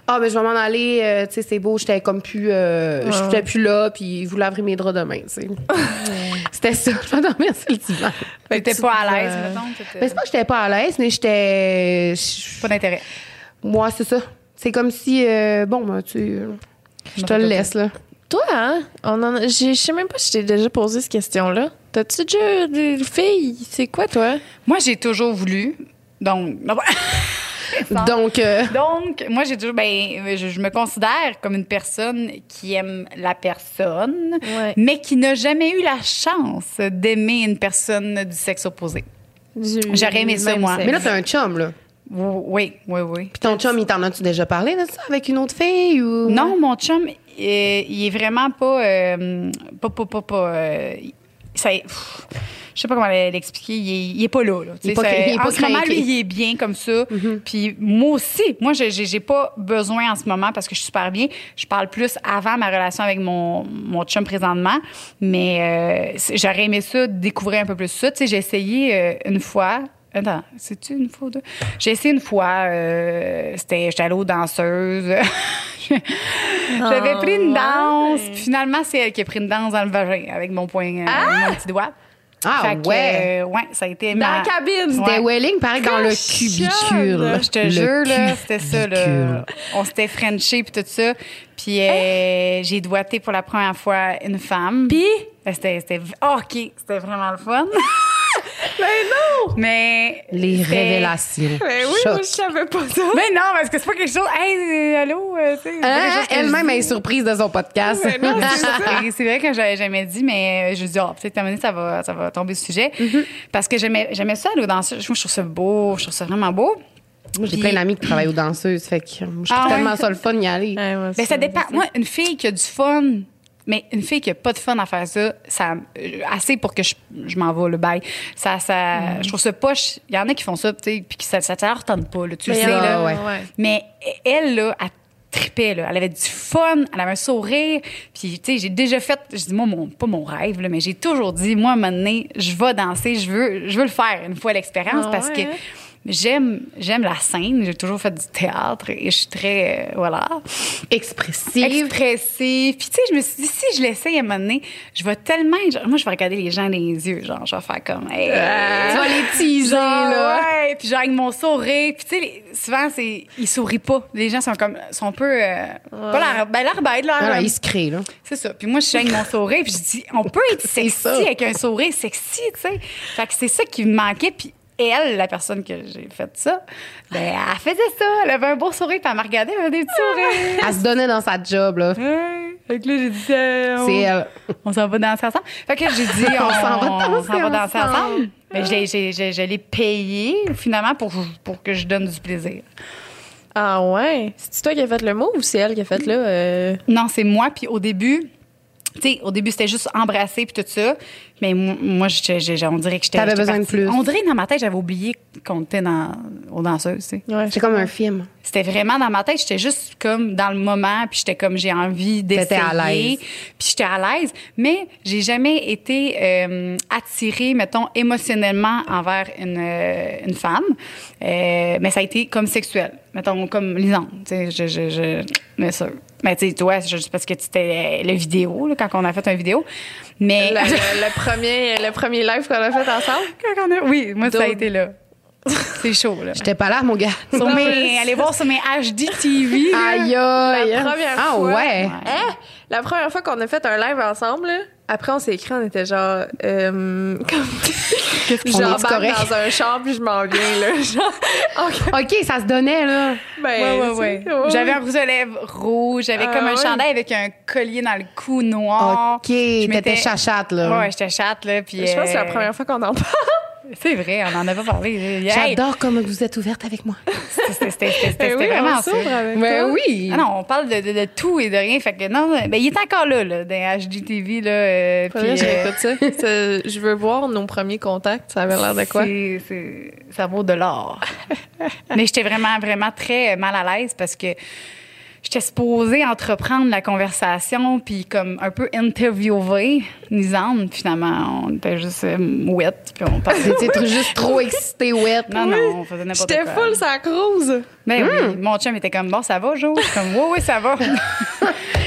Speaker 3: Ah, ben, je vais m'en aller, euh, tu sais, c'est beau, j'étais comme plus. Euh, j'étais plus là, puis vous laverez mes draps demain, tu sais. c'était ça, je vais dormir sur le divan.
Speaker 2: Fait que
Speaker 1: T'étais
Speaker 2: tu-
Speaker 1: pas à l'aise,
Speaker 2: euh,
Speaker 1: mettons.
Speaker 3: Mais
Speaker 1: t'étais-
Speaker 3: c'est pas que j'étais pas à l'aise, mais j'étais.
Speaker 1: Pas d'intérêt.
Speaker 3: Moi, c'est ça. C'est comme si. euh, bon, ben, tu. Je te le laisse, là.
Speaker 2: Toi, hein? On en a- j'ai- Je sais même pas si je t'ai déjà posé cette question-là. T'as-tu déjà des filles? C'est quoi, toi?
Speaker 1: Moi, j'ai toujours voulu. Donc, Sans-
Speaker 3: Donc. euh,
Speaker 1: Ben, donc moi, j'ai toujours. Ben, je, je me considère comme une personne qui aime la personne,
Speaker 2: Ouais.
Speaker 1: mais qui n'a jamais eu la chance d'aimer une personne du sexe opposé. J'aurais aimé ça, moi.
Speaker 3: mais là, t'as un chum, là.
Speaker 1: Oui, oui, oui.
Speaker 3: Puis ton chum, il t'en a-tu déjà parlé de ça avec une autre fille ou.
Speaker 1: Non, mon chum, euh, il est vraiment pas. euh, pas, pas, pas, pas, euh, ça, pff, je sais pas comment l'expliquer. Il, est- il est pas là. là. Tu
Speaker 3: Il est
Speaker 1: sais,
Speaker 3: pas-
Speaker 1: ça-
Speaker 3: il est pas
Speaker 1: en ce moment,
Speaker 3: craqué.
Speaker 1: lui, il est bien comme ça.
Speaker 3: Mhm.
Speaker 1: Puis moi aussi, moi, j'ai- j'ai j'ai pas besoin en ce moment parce que je suis super bien. Je parle plus avant ma relation avec mon, mon chum présentement. Mais euh, c'est- j'aurais aimé ça, découvrir un peu plus ça. Tu sais, j'ai essayé euh, une fois. Attends, c'est-tu une fois ou deux? J'ai essayé une fois. euh, C'était, j'étais allée aux danseuses. J'avais pris une
Speaker 3: Ah,
Speaker 1: danse. puis Finalement, c'est elle qui a pris une danse dans le vagin avec mon poing, euh, mon petit doigt.
Speaker 3: Ah,
Speaker 1: Fait que,
Speaker 3: ouais.
Speaker 1: euh, ouais, ça a été
Speaker 2: Dans
Speaker 1: ma-
Speaker 2: la cabine!
Speaker 3: C'était
Speaker 1: Ouais.
Speaker 3: Welling, pareil, dans le cubicule.
Speaker 1: Ah, Je te
Speaker 3: Le
Speaker 1: jure, là, c'était ça, là.
Speaker 3: cubicule.
Speaker 1: On s'était frenché puis tout ça. Puis euh,
Speaker 3: Ah!
Speaker 1: j'ai doigté pour la première fois une femme. Puis? C'était, c'était, oh, OK, c'était vraiment le fun. mais non! Mais...
Speaker 3: Les
Speaker 1: c'était-
Speaker 3: révélations.
Speaker 2: Ben oui,
Speaker 3: Choc.
Speaker 2: moi, je savais pas ça.
Speaker 1: Mais non, parce que c'est pas quelque chose... Hey, euh, allô? euh, tu sais, c'est pas quelque
Speaker 3: Hein?
Speaker 1: chose que je
Speaker 3: Elle-même
Speaker 1: dis.
Speaker 3: elle est surprise de son podcast.
Speaker 2: Ben non, c'est ça.
Speaker 1: Et c'est vrai que j'avais jamais dit, mais je dis, ah, peut-être qu'à un moment donné, ça va, ça va tomber ce sujet.
Speaker 3: Mm-hmm.
Speaker 1: Parce que j'aimais, j'aimais ça aller aux danseuses. Moi, je trouve ça beau, je trouve ça vraiment beau.
Speaker 3: Moi, j'ai
Speaker 1: Puis-
Speaker 3: plein d'amis qui travaillent aux danseuses. Fait que moi, je trouve
Speaker 1: Ah ouais? Ben,
Speaker 3: tellement ça le fun d'y aller.
Speaker 2: Ouais, moi,
Speaker 1: Mais ça dépend. Moi, une fille qui a du fun Mais une fille qui a pas de fun à faire ça, ça euh, assez pour que je, je m'en vais le bail. Ça, ça,
Speaker 3: Mm.
Speaker 1: je trouve ça poche. Il y en a qui font ça, tu sais, puis qui ça, ça, ça leur tente pas, là, tu le
Speaker 3: Mais
Speaker 1: sais
Speaker 3: il Ben, y en a,
Speaker 1: là.
Speaker 3: ouais.
Speaker 1: Mais elle là, elle tripait là. Elle avait du fun, elle avait un sourire. Puis tu sais, j'ai déjà fait, je dis moi mon, pas mon rêve là, mais j'ai toujours dit moi, à un moment donné, je vais danser, je veux, je veux le faire une fois l'expérience
Speaker 2: Ah
Speaker 1: parce
Speaker 2: ouais,
Speaker 1: que
Speaker 2: hein?
Speaker 1: j'aime, j'aime la scène. J'ai toujours fait du théâtre et je suis très, euh, voilà
Speaker 3: Expressive.
Speaker 1: expressive. Puis tu sais, je me suis dit, si je l'essaye à un moment donné, je vais tellement... genre, moi, je vais regarder les gens dans les yeux, genre, je vais faire comme... Hey,
Speaker 3: Euh, Tu vas les teaser,
Speaker 1: Genre,
Speaker 3: là.
Speaker 1: Ah ouais, puis genre, avec mon sourire. Puis tu sais, les- souvent, c'est... Ils sourient pas. Les gens sont comme... sont un peu... euh, Pas l'air... Ben, l'air bête, l'air-
Speaker 3: Alors, il se crée, là.
Speaker 1: C'est ça. Puis moi, je suis avec mon sourire, puis je dis, on peut être sexy
Speaker 3: ça.
Speaker 1: avec un sourire sexy, tu sais. Fait que c'est ça qui me manquait, puis... elle, la personne que j'ai fait ça, ben, elle faisait ça. Elle avait un beau sourire, puis elle m'a regardé, elle avait des petits sourires.
Speaker 3: Elle se donnait dans sa job, là.
Speaker 1: Hey. Hein? Fait que là, j'ai dit, euh, on-
Speaker 3: C'est elle.
Speaker 1: on s'en va danser ensemble. Fait que j'ai dit, on,
Speaker 3: On s'en va
Speaker 1: on
Speaker 3: danser
Speaker 1: s'en va danser
Speaker 3: ensemble.
Speaker 1: ensemble. Mais je l'ai- j'ai- j'ai- je l'ai payé, finalement, pour, pour que je donne du plaisir.
Speaker 2: Ah ouais? C'est toi qui as fait le mot ou c'est elle qui a fait là? euh?
Speaker 1: Non, c'est moi. Puis au début, tu sais, au début, c'était juste embrasser puis tout ça. Mais mo- moi, j'étais- j'ai- j'ai- on dirait que j'étais.
Speaker 3: T'avais
Speaker 1: j'étais
Speaker 3: besoin de
Speaker 1: partie.
Speaker 3: plus.
Speaker 1: On dirait que dans ma tête, j'avais oublié qu'on était dans, aux danseuses, tu sais.
Speaker 2: Ouais,
Speaker 3: euh, C'est comme un film.
Speaker 1: C'était vraiment dans ma tête, j'étais juste comme dans le moment, puis j'étais comme j'ai envie
Speaker 3: T'étais
Speaker 1: d'essayer.
Speaker 3: à l'aise.
Speaker 1: Puis j'étais à l'aise, mais j'ai jamais été euh, attirée, mettons, émotionnellement envers une, euh, une femme. Euh, mais ça a été comme sexuel, mettons, comme lisant. Tu sais, je, je, je, bien sûr. Mais tu sais, toi, c'est juste parce que tu étais le vidéo, là, quand on a fait un vidéo. Mais.
Speaker 2: Le, le- le premier, le premier live qu'on a fait ensemble?
Speaker 1: Quand on a- Oui, moi, ça a
Speaker 2: Donc-
Speaker 1: été là. C'est chaud, là.
Speaker 3: J'étais pas là, mon gars.
Speaker 1: Sur
Speaker 2: Non,
Speaker 1: mes,
Speaker 2: mais-
Speaker 1: allez voir sur mes HD TV. là.
Speaker 3: Aïe,
Speaker 2: La
Speaker 3: aïe.
Speaker 2: première
Speaker 3: ah,
Speaker 2: fois.
Speaker 3: ouais.
Speaker 2: Hein? La première fois qu'on a fait un live ensemble, là, après on s'est écrit, on était genre. Euh, comme...
Speaker 3: qu'on dit, c'est
Speaker 2: J'embarque
Speaker 3: correct?
Speaker 2: dans un champ puis je m'en viens, là. Genre, OK.
Speaker 3: OK, ça se donnait, là.
Speaker 2: Ben,
Speaker 1: Ouais, ouais,
Speaker 2: c'est-
Speaker 1: ouais.
Speaker 2: ouais.
Speaker 1: J'avais un rouge à lèvres rouge, j'avais
Speaker 2: Ah,
Speaker 1: comme un
Speaker 2: ouais.
Speaker 1: chandail avec un collier dans le cou noir.
Speaker 3: OK, t'étais
Speaker 1: chachate.
Speaker 3: chachate, là.
Speaker 1: Oh, Ouais, j'étais chate, là. Puis,
Speaker 2: Je pense que c'est la
Speaker 1: euh,
Speaker 2: première fois qu'on en parle.
Speaker 1: C'est vrai, on en a pas parlé. là. Hey,
Speaker 3: J'adore comme vous êtes ouverte avec moi.
Speaker 1: C'était c'était- c'était- c'était-
Speaker 2: Eh oui,
Speaker 1: c'était
Speaker 2: on
Speaker 1: ben vraiment ça.
Speaker 2: s'ouvre avec toi.
Speaker 3: oui.
Speaker 1: Ah non, on parle de, de- de tout et de rien. Fait que non, ben, il est encore là, là, dans HGTV, là. euh,
Speaker 2: Faudrait
Speaker 1: puis,
Speaker 2: que je
Speaker 1: euh,
Speaker 2: réécoute ça. C'est- Je veux voir nos premiers contacts. Ça avait l'air de quoi?
Speaker 1: C'est- c'est- ça vaut de l'or. Mais j'étais vraiment, vraiment très mal à l'aise parce que j'étais supposée entreprendre la conversation puis comme un peu interviewer Nisane. Finalement, on était juste euh, wet puis on parlait.
Speaker 3: T'étais juste trop excitée, ouette.
Speaker 1: Non, non, on faisait n'importe quoi.
Speaker 2: J'étais full Hmm. ça cruise.
Speaker 1: Ben oui, mon chum était comme, bon, ça va, Jo? Je suis comme, oui, oui, ça va.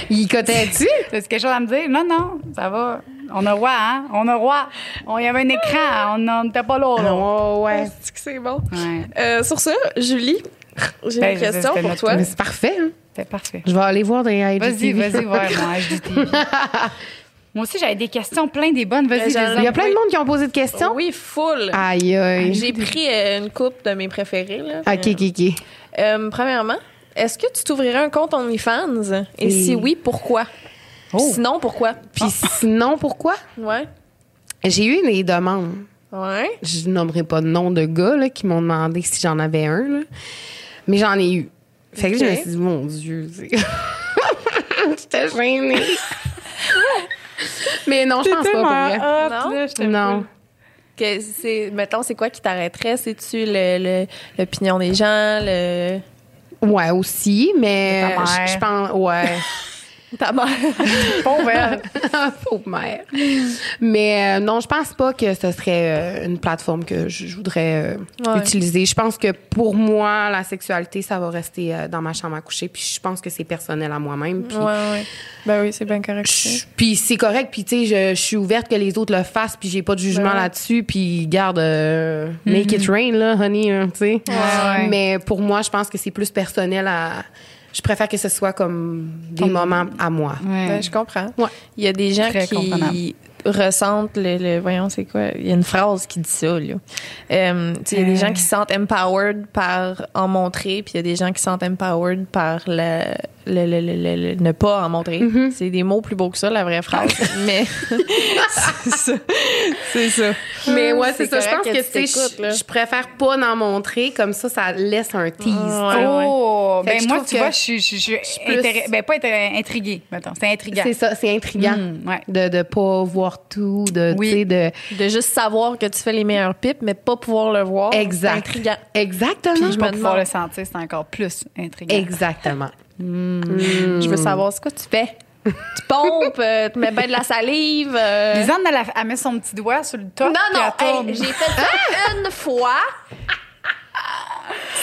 Speaker 3: Il cotait-tu?
Speaker 1: T'as-tu quelque chose à me dire? Non, non, ça va. On a roi, hein? On a roi. On y avait un écran, hein? on on n'était pas là, là.
Speaker 2: Ah
Speaker 3: ouais.
Speaker 2: Est-ce que c'est bon?
Speaker 1: Ouais,
Speaker 2: Euh, sur ça, Julie, j'ai
Speaker 1: Ben,
Speaker 2: une
Speaker 1: je-
Speaker 2: question
Speaker 1: c'était
Speaker 2: pour
Speaker 1: notre-
Speaker 2: toi.
Speaker 3: Mais c'est parfait, hein.
Speaker 1: c'était parfait.
Speaker 3: Je vais aller voir dans les
Speaker 1: Vas-y,
Speaker 3: IGTV.
Speaker 1: vas-y, ouais, mon HGTV. Moi aussi, j'avais des questions, plein des bonnes.
Speaker 2: Mais
Speaker 1: Vas-y,
Speaker 2: j'en
Speaker 1: vas-y.
Speaker 3: Il y a plein de monde qui ont posé de questions.
Speaker 2: Oui, full.
Speaker 3: Aïe, aïe.
Speaker 2: Oh, J'ai pris euh, une coupe de mes préférés. Là.
Speaker 3: OK, OK, OK.
Speaker 2: Euh, premièrement, est-ce que tu t'ouvrirais un compte OnlyFans? Et si oui, pourquoi?
Speaker 1: Oh.
Speaker 2: Sinon, pourquoi?
Speaker 3: Puis sinon, pourquoi?
Speaker 2: Ouais.
Speaker 3: J'ai eu des demandes.
Speaker 2: Ouais.
Speaker 3: Je nommerai pas de nom de gars là, qui m'ont demandé si j'en avais un. là. Mais j'en ai eu. Fait que
Speaker 2: Ok.
Speaker 3: je me suis dit, mon Dieu, c'est- j'étais gênée. Mais non, je pense pas pour vrai.
Speaker 2: Non?
Speaker 3: Non.
Speaker 2: Que c'est, mettons, c'est quoi qui t'arrêterait? C'est-tu le, le- l'opinion des gens? Le...
Speaker 3: Ouais, aussi, mais
Speaker 1: Et ta mère.
Speaker 3: je je pense. Ouais.
Speaker 2: Ta mère.
Speaker 1: Pauvre
Speaker 2: ben,
Speaker 1: elle.
Speaker 3: Pauvre mère. Mais euh, non, je pense pas que ce serait euh, une plateforme que je, je voudrais euh,
Speaker 2: Ouais.
Speaker 3: utiliser. Je pense que pour moi, la sexualité, ça va rester euh, dans ma chambre à coucher. Puis je pense que c'est personnel à moi-même. Puis
Speaker 2: ouais, ouais. Ben oui, c'est bien correct.
Speaker 3: Je- Puis c'est correct, puis tu sais, je, je suis ouverte que les autres le fassent, puis j'ai pas de
Speaker 2: Ben
Speaker 3: jugement
Speaker 2: ouais. Mm-hmm.
Speaker 3: là-dessus, puis garde, euh, make it rain, là, honey, hein, tu sais.
Speaker 1: ouais.
Speaker 3: Mais pour moi, je pense que c'est plus personnel à. Je préfère que ce soit comme des moments à moi.
Speaker 1: Ouais.
Speaker 2: Ben, je comprends.
Speaker 3: Ouais.
Speaker 2: Il y a des gens
Speaker 1: Très comprenable.
Speaker 2: qui ressentent le, le- voyons c'est quoi il y a une phrase qui dit ça là Euh, tu sais, il y a des gens qui se sentent empowered par en montrer puis il y a des gens qui se sentent empowered par le, le- le- le- le- le- ne pas en montrer c'est des mots plus beaux que ça la vraie phrase mais c'est ça c'est ça
Speaker 3: Mais ouais, c'est
Speaker 2: Mm-hmm. Mm, C'est
Speaker 3: ça. Je pense
Speaker 2: correct
Speaker 3: que,
Speaker 2: que tu
Speaker 3: tu sais,
Speaker 2: t'écoutes, là.
Speaker 3: je- je préfère pas en montrer, comme ça, ça laisse un tease.
Speaker 2: Ouais,
Speaker 1: oh,
Speaker 3: Fait que
Speaker 1: ben
Speaker 3: je
Speaker 1: moi,
Speaker 3: trouve
Speaker 1: tu
Speaker 3: que
Speaker 1: vois, je suis- je suis je suis
Speaker 3: plus-
Speaker 1: intéré- ben, pas intéré- intriguée, mettons. C'est intriguant.
Speaker 3: Oh, C'est ça, c'est intriguant
Speaker 1: Mm, ouais.
Speaker 3: de ne pas voir tout, de,
Speaker 1: Oui.
Speaker 3: tu sais, de...
Speaker 2: de juste savoir que tu fais les meilleurs pipes mais pas pouvoir le voir Oh, c'est
Speaker 3: Exact.
Speaker 2: intriguant.
Speaker 3: Exactement.
Speaker 2: Puis je
Speaker 1: Pas
Speaker 2: me
Speaker 1: pouvoir
Speaker 2: demande.
Speaker 1: le sentir, c'est encore plus intriguant.
Speaker 3: Exactement.
Speaker 2: je veux savoir c'est quoi tu fais tu pompes euh, tu mets bien de la salive euh,
Speaker 1: Lisanne, elle, a- elle met son petit doigt sur le top.
Speaker 2: Non,
Speaker 1: puis elle
Speaker 2: non,
Speaker 1: tourne.
Speaker 2: hey, j'ai fait ça une fois.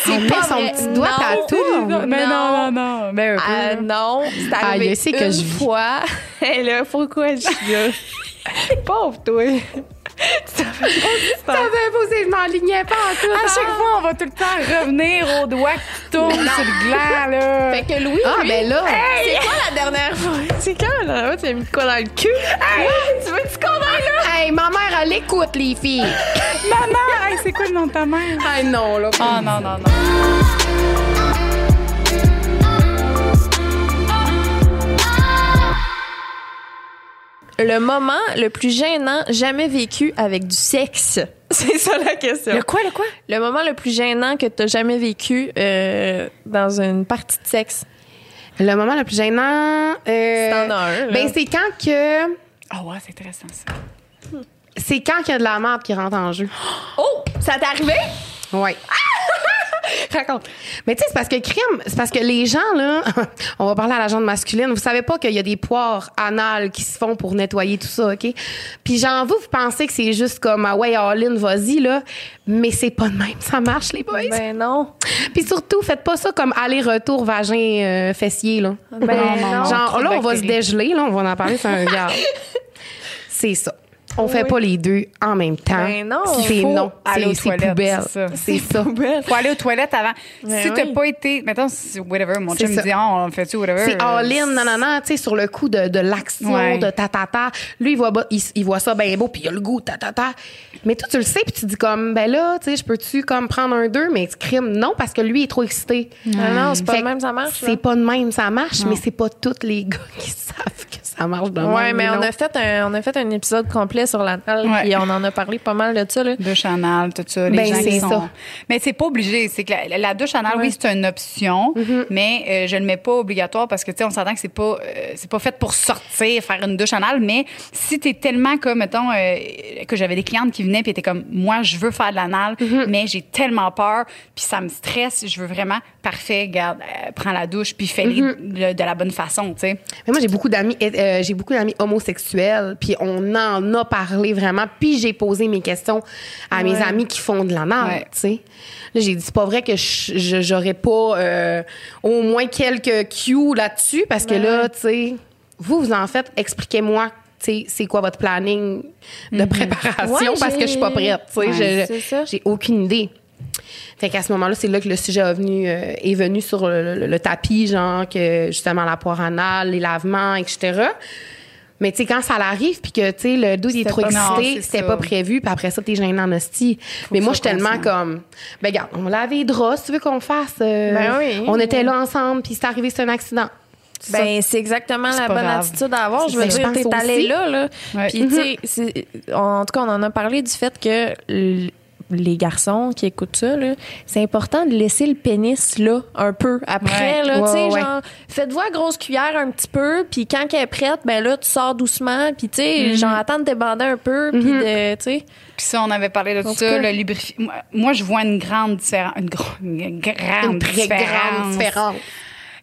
Speaker 3: On met
Speaker 2: pas
Speaker 3: son
Speaker 2: vrai.
Speaker 3: petit doigt,
Speaker 2: Non.
Speaker 3: ça tourne.
Speaker 1: Mais non, non,
Speaker 2: non.
Speaker 1: non. Ben,
Speaker 2: Euh, non, c'est arrivé
Speaker 3: je sais que
Speaker 2: une
Speaker 3: je vis.
Speaker 2: fois. Et là, pourquoi je suis là? Pauvre toi.
Speaker 3: T'avais posé, je m'enlignais pas en tout.
Speaker 1: À chaque fois, on va tout le temps revenir au doigt qui tourne sur le gland, là.
Speaker 2: Fait que Louis,
Speaker 3: Ah,
Speaker 2: lui,
Speaker 3: ben là,
Speaker 2: c'est quoi la dernière fois? C'est quand la dernière fois tu as mis de quoi dans le cul? tu veux tu qu'on aille là?
Speaker 3: hey, ma mère, elle écoute, les filles.
Speaker 1: Maman, hey, c'est quoi le nom de ta mère?
Speaker 3: Ah non, là.
Speaker 1: Oh non, non, non.
Speaker 2: Le moment le plus gênant jamais vécu avec du sexe. C'est ça la question.
Speaker 1: quoi, le quoi?
Speaker 2: Le moment le plus gênant que tu as jamais vécu euh, dans une partie de sexe.
Speaker 3: Le moment le plus gênant... Euh,
Speaker 2: Si t'en as un, là.
Speaker 3: Ben, c'est quand que...
Speaker 1: Ah ouais, c'est intéressant, ça.
Speaker 3: C'est quand qu'il y a de la merde qui rentre en jeu.
Speaker 2: Oh, ça t'est arrivé?
Speaker 3: Ouais. Raconte. Mais tu sais, c'est parce que crime, c'est parce que les gens, là, on va parler à la gente masculine, vous savez pas qu'il y a des poires anales qui se font pour nettoyer tout ça, OK? Puis genre, vous, vous pensez que c'est juste comme, ah ouais, all-in, vas-y, là. Mais c'est pas de même. Ça marche, les boys.
Speaker 2: Ben non.
Speaker 3: Puis surtout, faites pas ça comme aller-retour vagin euh, fessier, là.
Speaker 2: Ben
Speaker 1: non, non.
Speaker 3: Genre,
Speaker 1: trop de
Speaker 3: là, on va se
Speaker 1: bactéries.
Speaker 3: dégeler, là, on va en parler sur un regard. C'est ça. On fait
Speaker 2: Oui.
Speaker 3: pas les deux en même temps.
Speaker 2: Ben non.
Speaker 3: c'est
Speaker 1: Il faut
Speaker 3: non.
Speaker 1: aller aux
Speaker 3: C'est c'est
Speaker 1: toilettes,
Speaker 3: poubelle.
Speaker 1: c'est ça.
Speaker 3: C'est ça.
Speaker 1: Faut aller aux toilettes avant.
Speaker 2: Ben
Speaker 1: si t'as
Speaker 2: oui.
Speaker 1: pas été, mettons, si- whatever, mon
Speaker 3: C'est
Speaker 1: chum me
Speaker 3: ça.
Speaker 1: dit, Ah, on fait-tu, whatever.
Speaker 3: C'est all-in,
Speaker 1: euh,
Speaker 3: non, non, non, tu sais, sur le coup de, de l'action,
Speaker 1: Ouais.
Speaker 3: de ta-ta-ta. Lui, il voit, ba- il, il voit ça bien beau, puis il a le goût, ta-ta-ta. Mais toi, tu le sais, puis tu dis comme, ben là, tu sais, je peux-tu comme prendre un deux, mais tu crimes, non, parce que lui, il est trop excité.
Speaker 2: Ah non, c'est pas
Speaker 3: Fait
Speaker 2: de même, ça marche,
Speaker 3: C'est
Speaker 2: là.
Speaker 3: pas de même, ça marche, mais c'est pas tous les gars qui savent que ça marche de même.
Speaker 2: Ouais, mais on
Speaker 3: non.
Speaker 2: a fait un, on a fait un épisode complet sur la table
Speaker 1: Ouais.
Speaker 2: puis on en a parlé pas mal de ça là.
Speaker 1: Douche anale, tout ça, les
Speaker 3: Ben,
Speaker 1: gens
Speaker 3: c'est
Speaker 1: qui sont.
Speaker 3: ça.
Speaker 1: Mais c'est pas obligé. C'est que la, la douche anale, oui, c'est une option,
Speaker 3: Mm-hmm.
Speaker 1: mais euh, je le mets pas obligatoire parce que tu sais, on s'entend que c'est pas, euh, c'est pas fait pour sortir, faire une douche anale. Mais si t'es tellement comme, mettons, euh, que j'avais des clientes qui venaient puis étaient comme, moi, je veux faire de l'anal,
Speaker 3: Mm-hmm.
Speaker 1: mais j'ai tellement peur, puis ça me stresse, je veux vraiment, parfait, garde, euh, prends la douche, puis fais-les
Speaker 3: Mm-hmm.
Speaker 1: de- de la bonne façon, tu sais.
Speaker 3: Mais moi, j'ai beaucoup d'amis, euh, j'ai beaucoup d'amis homosexuels, puis on en a parlé vraiment, puis j'ai posé mes questions à mes amis qui font de la merde,
Speaker 1: Ouais.
Speaker 3: tu sais. Là, j'ai dit, c'est pas vrai que je- je- j'aurais pas euh, au moins quelques cues là-dessus, parce que là, tu sais, vous, vous en faites, expliquez-moi, tu sais, c'est quoi votre planning de préparation,
Speaker 2: Mhm. Ouais,
Speaker 3: parce que je suis pas
Speaker 2: j'ai-
Speaker 3: prête, tu sais,
Speaker 2: Ouais,
Speaker 3: je-
Speaker 2: c'est ça.
Speaker 3: j'ai aucune idée. Fait qu'à ce moment-là, c'est là que le sujet est venu, euh, est venu sur le, le- le tapis, genre que justement la poire anale, les lavements, etc. Mais tu sais, quand ça l'arrive, puis que tu sais, le dos il est
Speaker 1: C'était
Speaker 3: trop
Speaker 1: pas- non,
Speaker 3: excité,
Speaker 1: c'est
Speaker 3: c'était
Speaker 1: ça.
Speaker 3: pas prévu, puis après ça, t'es gêné en hostie. Mais
Speaker 1: que
Speaker 3: moi, je
Speaker 1: tu
Speaker 3: suis tellement
Speaker 1: sois
Speaker 3: comme, ben regarde, on va laver les draps, si tu veux qu'on fasse. euh,
Speaker 2: Ben oui.
Speaker 3: On était là ensemble, puis c'est arrivé, c'est un accident. C'est ça.
Speaker 2: Ben c'est exactement
Speaker 1: C'est
Speaker 2: la
Speaker 1: pas
Speaker 2: bonne
Speaker 1: grave.
Speaker 2: attitude à avoir. Je veux
Speaker 3: C'est ça,
Speaker 2: dire,
Speaker 3: je pense
Speaker 2: t'es allé
Speaker 3: aussi.
Speaker 2: là là.
Speaker 1: Ouais.
Speaker 2: Puis tu sais, c'est- en en tout cas, on en a parlé du fait que l- les garçons qui écoutent ça là, c'est important de laisser le pénis là un peu après
Speaker 1: Ouais.
Speaker 2: là, tu sais
Speaker 3: Ouais, ouais.
Speaker 2: genre faites-vous la grosse cuillère un petit peu puis quand elle est prête, ben là tu sors doucement puis tu sais genre attends de débander un peu puis de tu sais
Speaker 1: Puis ça, on avait parlé de
Speaker 2: En tout
Speaker 1: ça,
Speaker 2: cas.
Speaker 1: le lubrifiant. Moi- Moi, je vois une grande différence. Une, gro- Ah, une grande
Speaker 3: une très grande
Speaker 1: différence.
Speaker 3: différence.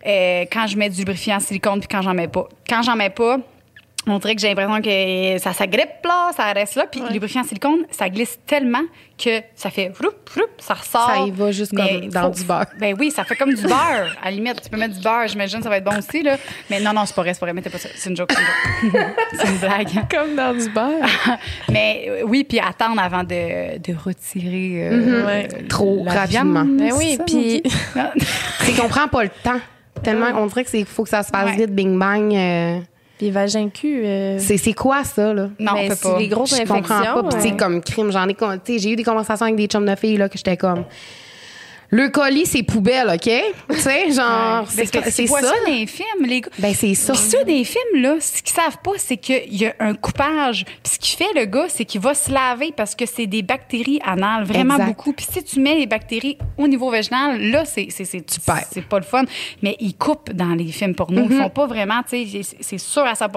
Speaker 1: Euh, quand je mets du lubrifiant silicone puis quand j'en mets pas. Quand j'en mets pas, on dirait que j'ai l'impression que ça s'agrippe là, ça reste là. Puis le lubrifiant silicone, ça glisse tellement que ça fait vroup, vroup, ça ressort.
Speaker 3: Ça y va juste
Speaker 1: Mais
Speaker 3: comme dans du beurre.
Speaker 1: Ben oui, ça fait comme du beurre. À la limite, tu peux mettre du beurre, j'imagine, ça va être bon aussi. là. Mais non, non, c'est pas vrai, c'est pas vrai, mettez pas ça. C'est une joke, c'est une, joke. C'est une blague.
Speaker 2: comme dans du beurre.
Speaker 1: Mais euh, oui, puis attendre avant de, de retirer. euh,
Speaker 2: Ouais.
Speaker 3: Trop
Speaker 1: la
Speaker 3: rapidement.
Speaker 1: viande,
Speaker 2: Mhm. Ben oui,
Speaker 1: c'est ça,
Speaker 2: puis-
Speaker 1: mon Dieu?
Speaker 3: C'est qu'on prend pas le temps. Tellement, on dirait que c'est faut que ça se fasse
Speaker 1: Ouais.
Speaker 3: vite, bing bang. euh,
Speaker 2: Les vagins cul. euh,
Speaker 3: C'est c'est quoi ça, là?
Speaker 1: Non,
Speaker 2: mais
Speaker 1: on peut
Speaker 2: c'est
Speaker 1: pas.
Speaker 2: des grosses
Speaker 3: je comprends pas.
Speaker 2: infections,
Speaker 3: Puis, tu sais,
Speaker 2: ouais.
Speaker 3: comme crime, j'en ai. con- tu sais, j'ai eu des conversations avec des chums de filles, là, que j'étais comme. Le colis, c'est poubelle, OK? Tu sais, genre,
Speaker 1: Mais
Speaker 3: c'est
Speaker 1: parce que
Speaker 3: c'est
Speaker 1: tu vois
Speaker 3: ça.
Speaker 1: ça dans les films, les gars.
Speaker 3: Ben, c'est ça.
Speaker 1: Puis ça, des films, là, ce qu'ils savent pas, c'est qu'il y a un coupage. Puis ce qu'il fait, le gars, c'est qu'il va se laver parce que c'est des bactéries anales, vraiment
Speaker 3: Exact.
Speaker 1: beaucoup. Puis si tu mets les bactéries au niveau vaginal, là, c'est c'est- c'est-
Speaker 3: perds.
Speaker 1: c'est pas le fun. Mais ils coupent dans les films pour nous. Ils
Speaker 2: Mm-hmm.
Speaker 1: font pas vraiment, tu sais, c'est- c'est sûr à 100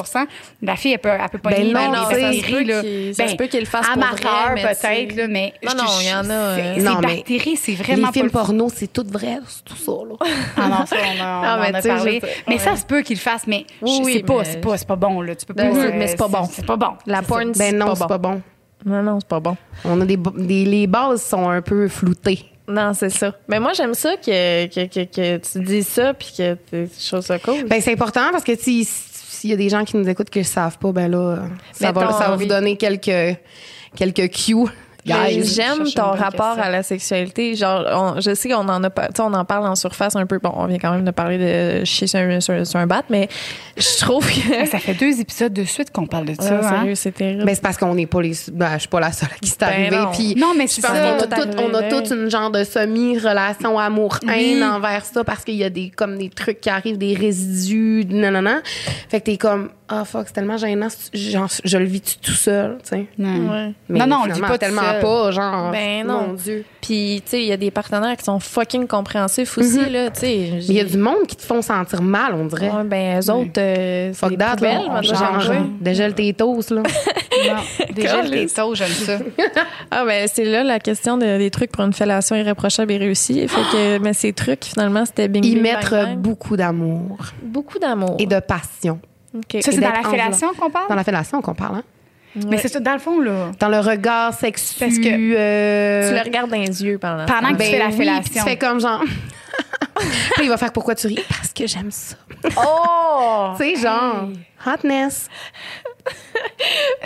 Speaker 1: La fille, elle peut, elle peut pas
Speaker 3: Ben
Speaker 1: nier
Speaker 3: non,
Speaker 1: les
Speaker 3: non,
Speaker 1: bactéries.
Speaker 2: ça se peut
Speaker 1: là. Ben,
Speaker 2: qu'il- ça se peut qu'il le fasse pour
Speaker 1: amateur,
Speaker 2: vrai, mais
Speaker 1: peut-être,
Speaker 2: c'est-
Speaker 1: là, mais...
Speaker 2: Non,
Speaker 1: je te-
Speaker 2: non, il y en a, euh,
Speaker 1: c'est-
Speaker 3: Non,
Speaker 1: Les
Speaker 3: mais
Speaker 1: bactéries, c'est vraiment
Speaker 3: Les films
Speaker 1: pas le
Speaker 3: porno, c'est tout vrai, c'est tout ça, là.
Speaker 1: ah non, ça, on, a- on
Speaker 2: Ah, mais
Speaker 1: en a
Speaker 2: tu sais, je
Speaker 1: parlé.
Speaker 2: veux dire,
Speaker 1: Mais
Speaker 2: ouais.
Speaker 1: ça se peut qu'il le fasse, mais je-
Speaker 2: Oui, oui,
Speaker 1: c'est pas,
Speaker 2: mais-
Speaker 1: c'est pas, c'est pas bon, là. Tu peux pas.
Speaker 2: Ben,
Speaker 1: euh,
Speaker 2: mais c'est pas bon.
Speaker 1: C'est pas bon.
Speaker 2: La
Speaker 1: C'est
Speaker 2: porn,
Speaker 1: ça.
Speaker 3: Ben
Speaker 2: C'est
Speaker 3: non,
Speaker 2: pas
Speaker 3: c'est
Speaker 2: bon.
Speaker 3: pas bon.
Speaker 2: Non, non, c'est pas bon.
Speaker 3: On a des, bo- des- les bases sont un peu floutées.
Speaker 2: Non, c'est ça. Mais moi, j'aime ça que, que, que, que tu dis ça puis que tu choses ça cool.
Speaker 3: Ben c'est important parce que si- s'il y a des gens qui nous écoutent qui ne savent pas, ben là, euh, ça va,
Speaker 2: Mettons,
Speaker 3: ça va
Speaker 2: oui.
Speaker 3: vous donner quelques quelques cues.
Speaker 2: Mais
Speaker 3: Guys.
Speaker 2: j'aime
Speaker 1: cherche
Speaker 2: ton
Speaker 1: une bonne
Speaker 2: rapport
Speaker 1: question.
Speaker 2: à la sexualité. Genre, on- je sais qu'on en a, pas- tu sais, on en parle en surface un peu. Bon, on vient quand même de parler de chier sur un, sur- sur un bat, mais je trouve que.
Speaker 1: Hey, Ça fait deux épisodes de suite qu'on parle de ça.
Speaker 2: Ah,
Speaker 1: hein.
Speaker 2: sérieux, c'est terrible.
Speaker 3: Ben, c'est parce qu'on n'est pas les. Ben, je suis pas la seule à qui c'est
Speaker 2: Ben
Speaker 3: arrivé.
Speaker 2: non.
Speaker 3: Puis,
Speaker 1: Non, mais
Speaker 3: je
Speaker 1: c'est
Speaker 3: pense
Speaker 1: ça.
Speaker 3: qu'on a
Speaker 2: Tout
Speaker 3: toutes- on a
Speaker 2: arrivé.
Speaker 3: toute une genre de semi-relation amour-haine
Speaker 1: Oui.
Speaker 3: envers ça parce qu'il y a des, comme des trucs qui arrivent, des résidus, nanana. Fait que t'es comme, ah fuck, c'est tellement gênant. c'est- Genre, je le vis tout seul, tu sais.
Speaker 1: Non.
Speaker 2: Ouais.
Speaker 3: Mais
Speaker 1: non, non, on le dit
Speaker 3: finalement,
Speaker 1: pas
Speaker 3: tellement
Speaker 1: tout seul.
Speaker 3: pas, genre.
Speaker 2: Ben non.
Speaker 3: Mon Dieu.
Speaker 2: Puis, tu sais, il y a des partenaires qui sont fucking compréhensifs aussi, là, tu sais.
Speaker 3: Mhm. Mais il y a du monde qui te font sentir mal, on dirait.
Speaker 2: Ouais, ben, eux autres, euh, c'est
Speaker 3: Fuck
Speaker 2: des
Speaker 3: that,
Speaker 2: poubelles,
Speaker 3: là.
Speaker 2: moi,
Speaker 3: On
Speaker 2: j'aime
Speaker 3: change,
Speaker 2: pas.
Speaker 3: hein. Dégèle tes toasts, là.
Speaker 1: Non. Déjà,
Speaker 2: Caliste.
Speaker 1: les taux, j'aime ça.
Speaker 2: Ah ben c'est là la question de- des trucs pour une fellation irréprochable et réussie. Fait que mais ces trucs finalement c'était bing
Speaker 3: Y
Speaker 2: bing, bang,
Speaker 3: mettre
Speaker 2: bang.
Speaker 3: beaucoup d'amour
Speaker 2: beaucoup d'amour.
Speaker 3: et de passion.
Speaker 2: Ok.
Speaker 1: Ça, c'est dans la
Speaker 3: d'être
Speaker 1: fellation qu'on
Speaker 3: Dans
Speaker 1: parle?
Speaker 3: la fellation qu'on parle, hein?
Speaker 1: Mais c'est ça, dans le fond, là.
Speaker 3: Dans le regard sexu.
Speaker 1: Parce que
Speaker 3: euh,
Speaker 2: tu le regardes dans les yeux pendant.
Speaker 1: Pendant que tu
Speaker 3: Ben
Speaker 1: fais la
Speaker 3: oui, puis
Speaker 1: fellation.
Speaker 3: Tu fais comme genre. Puis il va faire pourquoi tu ris Parce que j'aime ça.
Speaker 2: Oh.
Speaker 3: Tu sais, genre, hotness.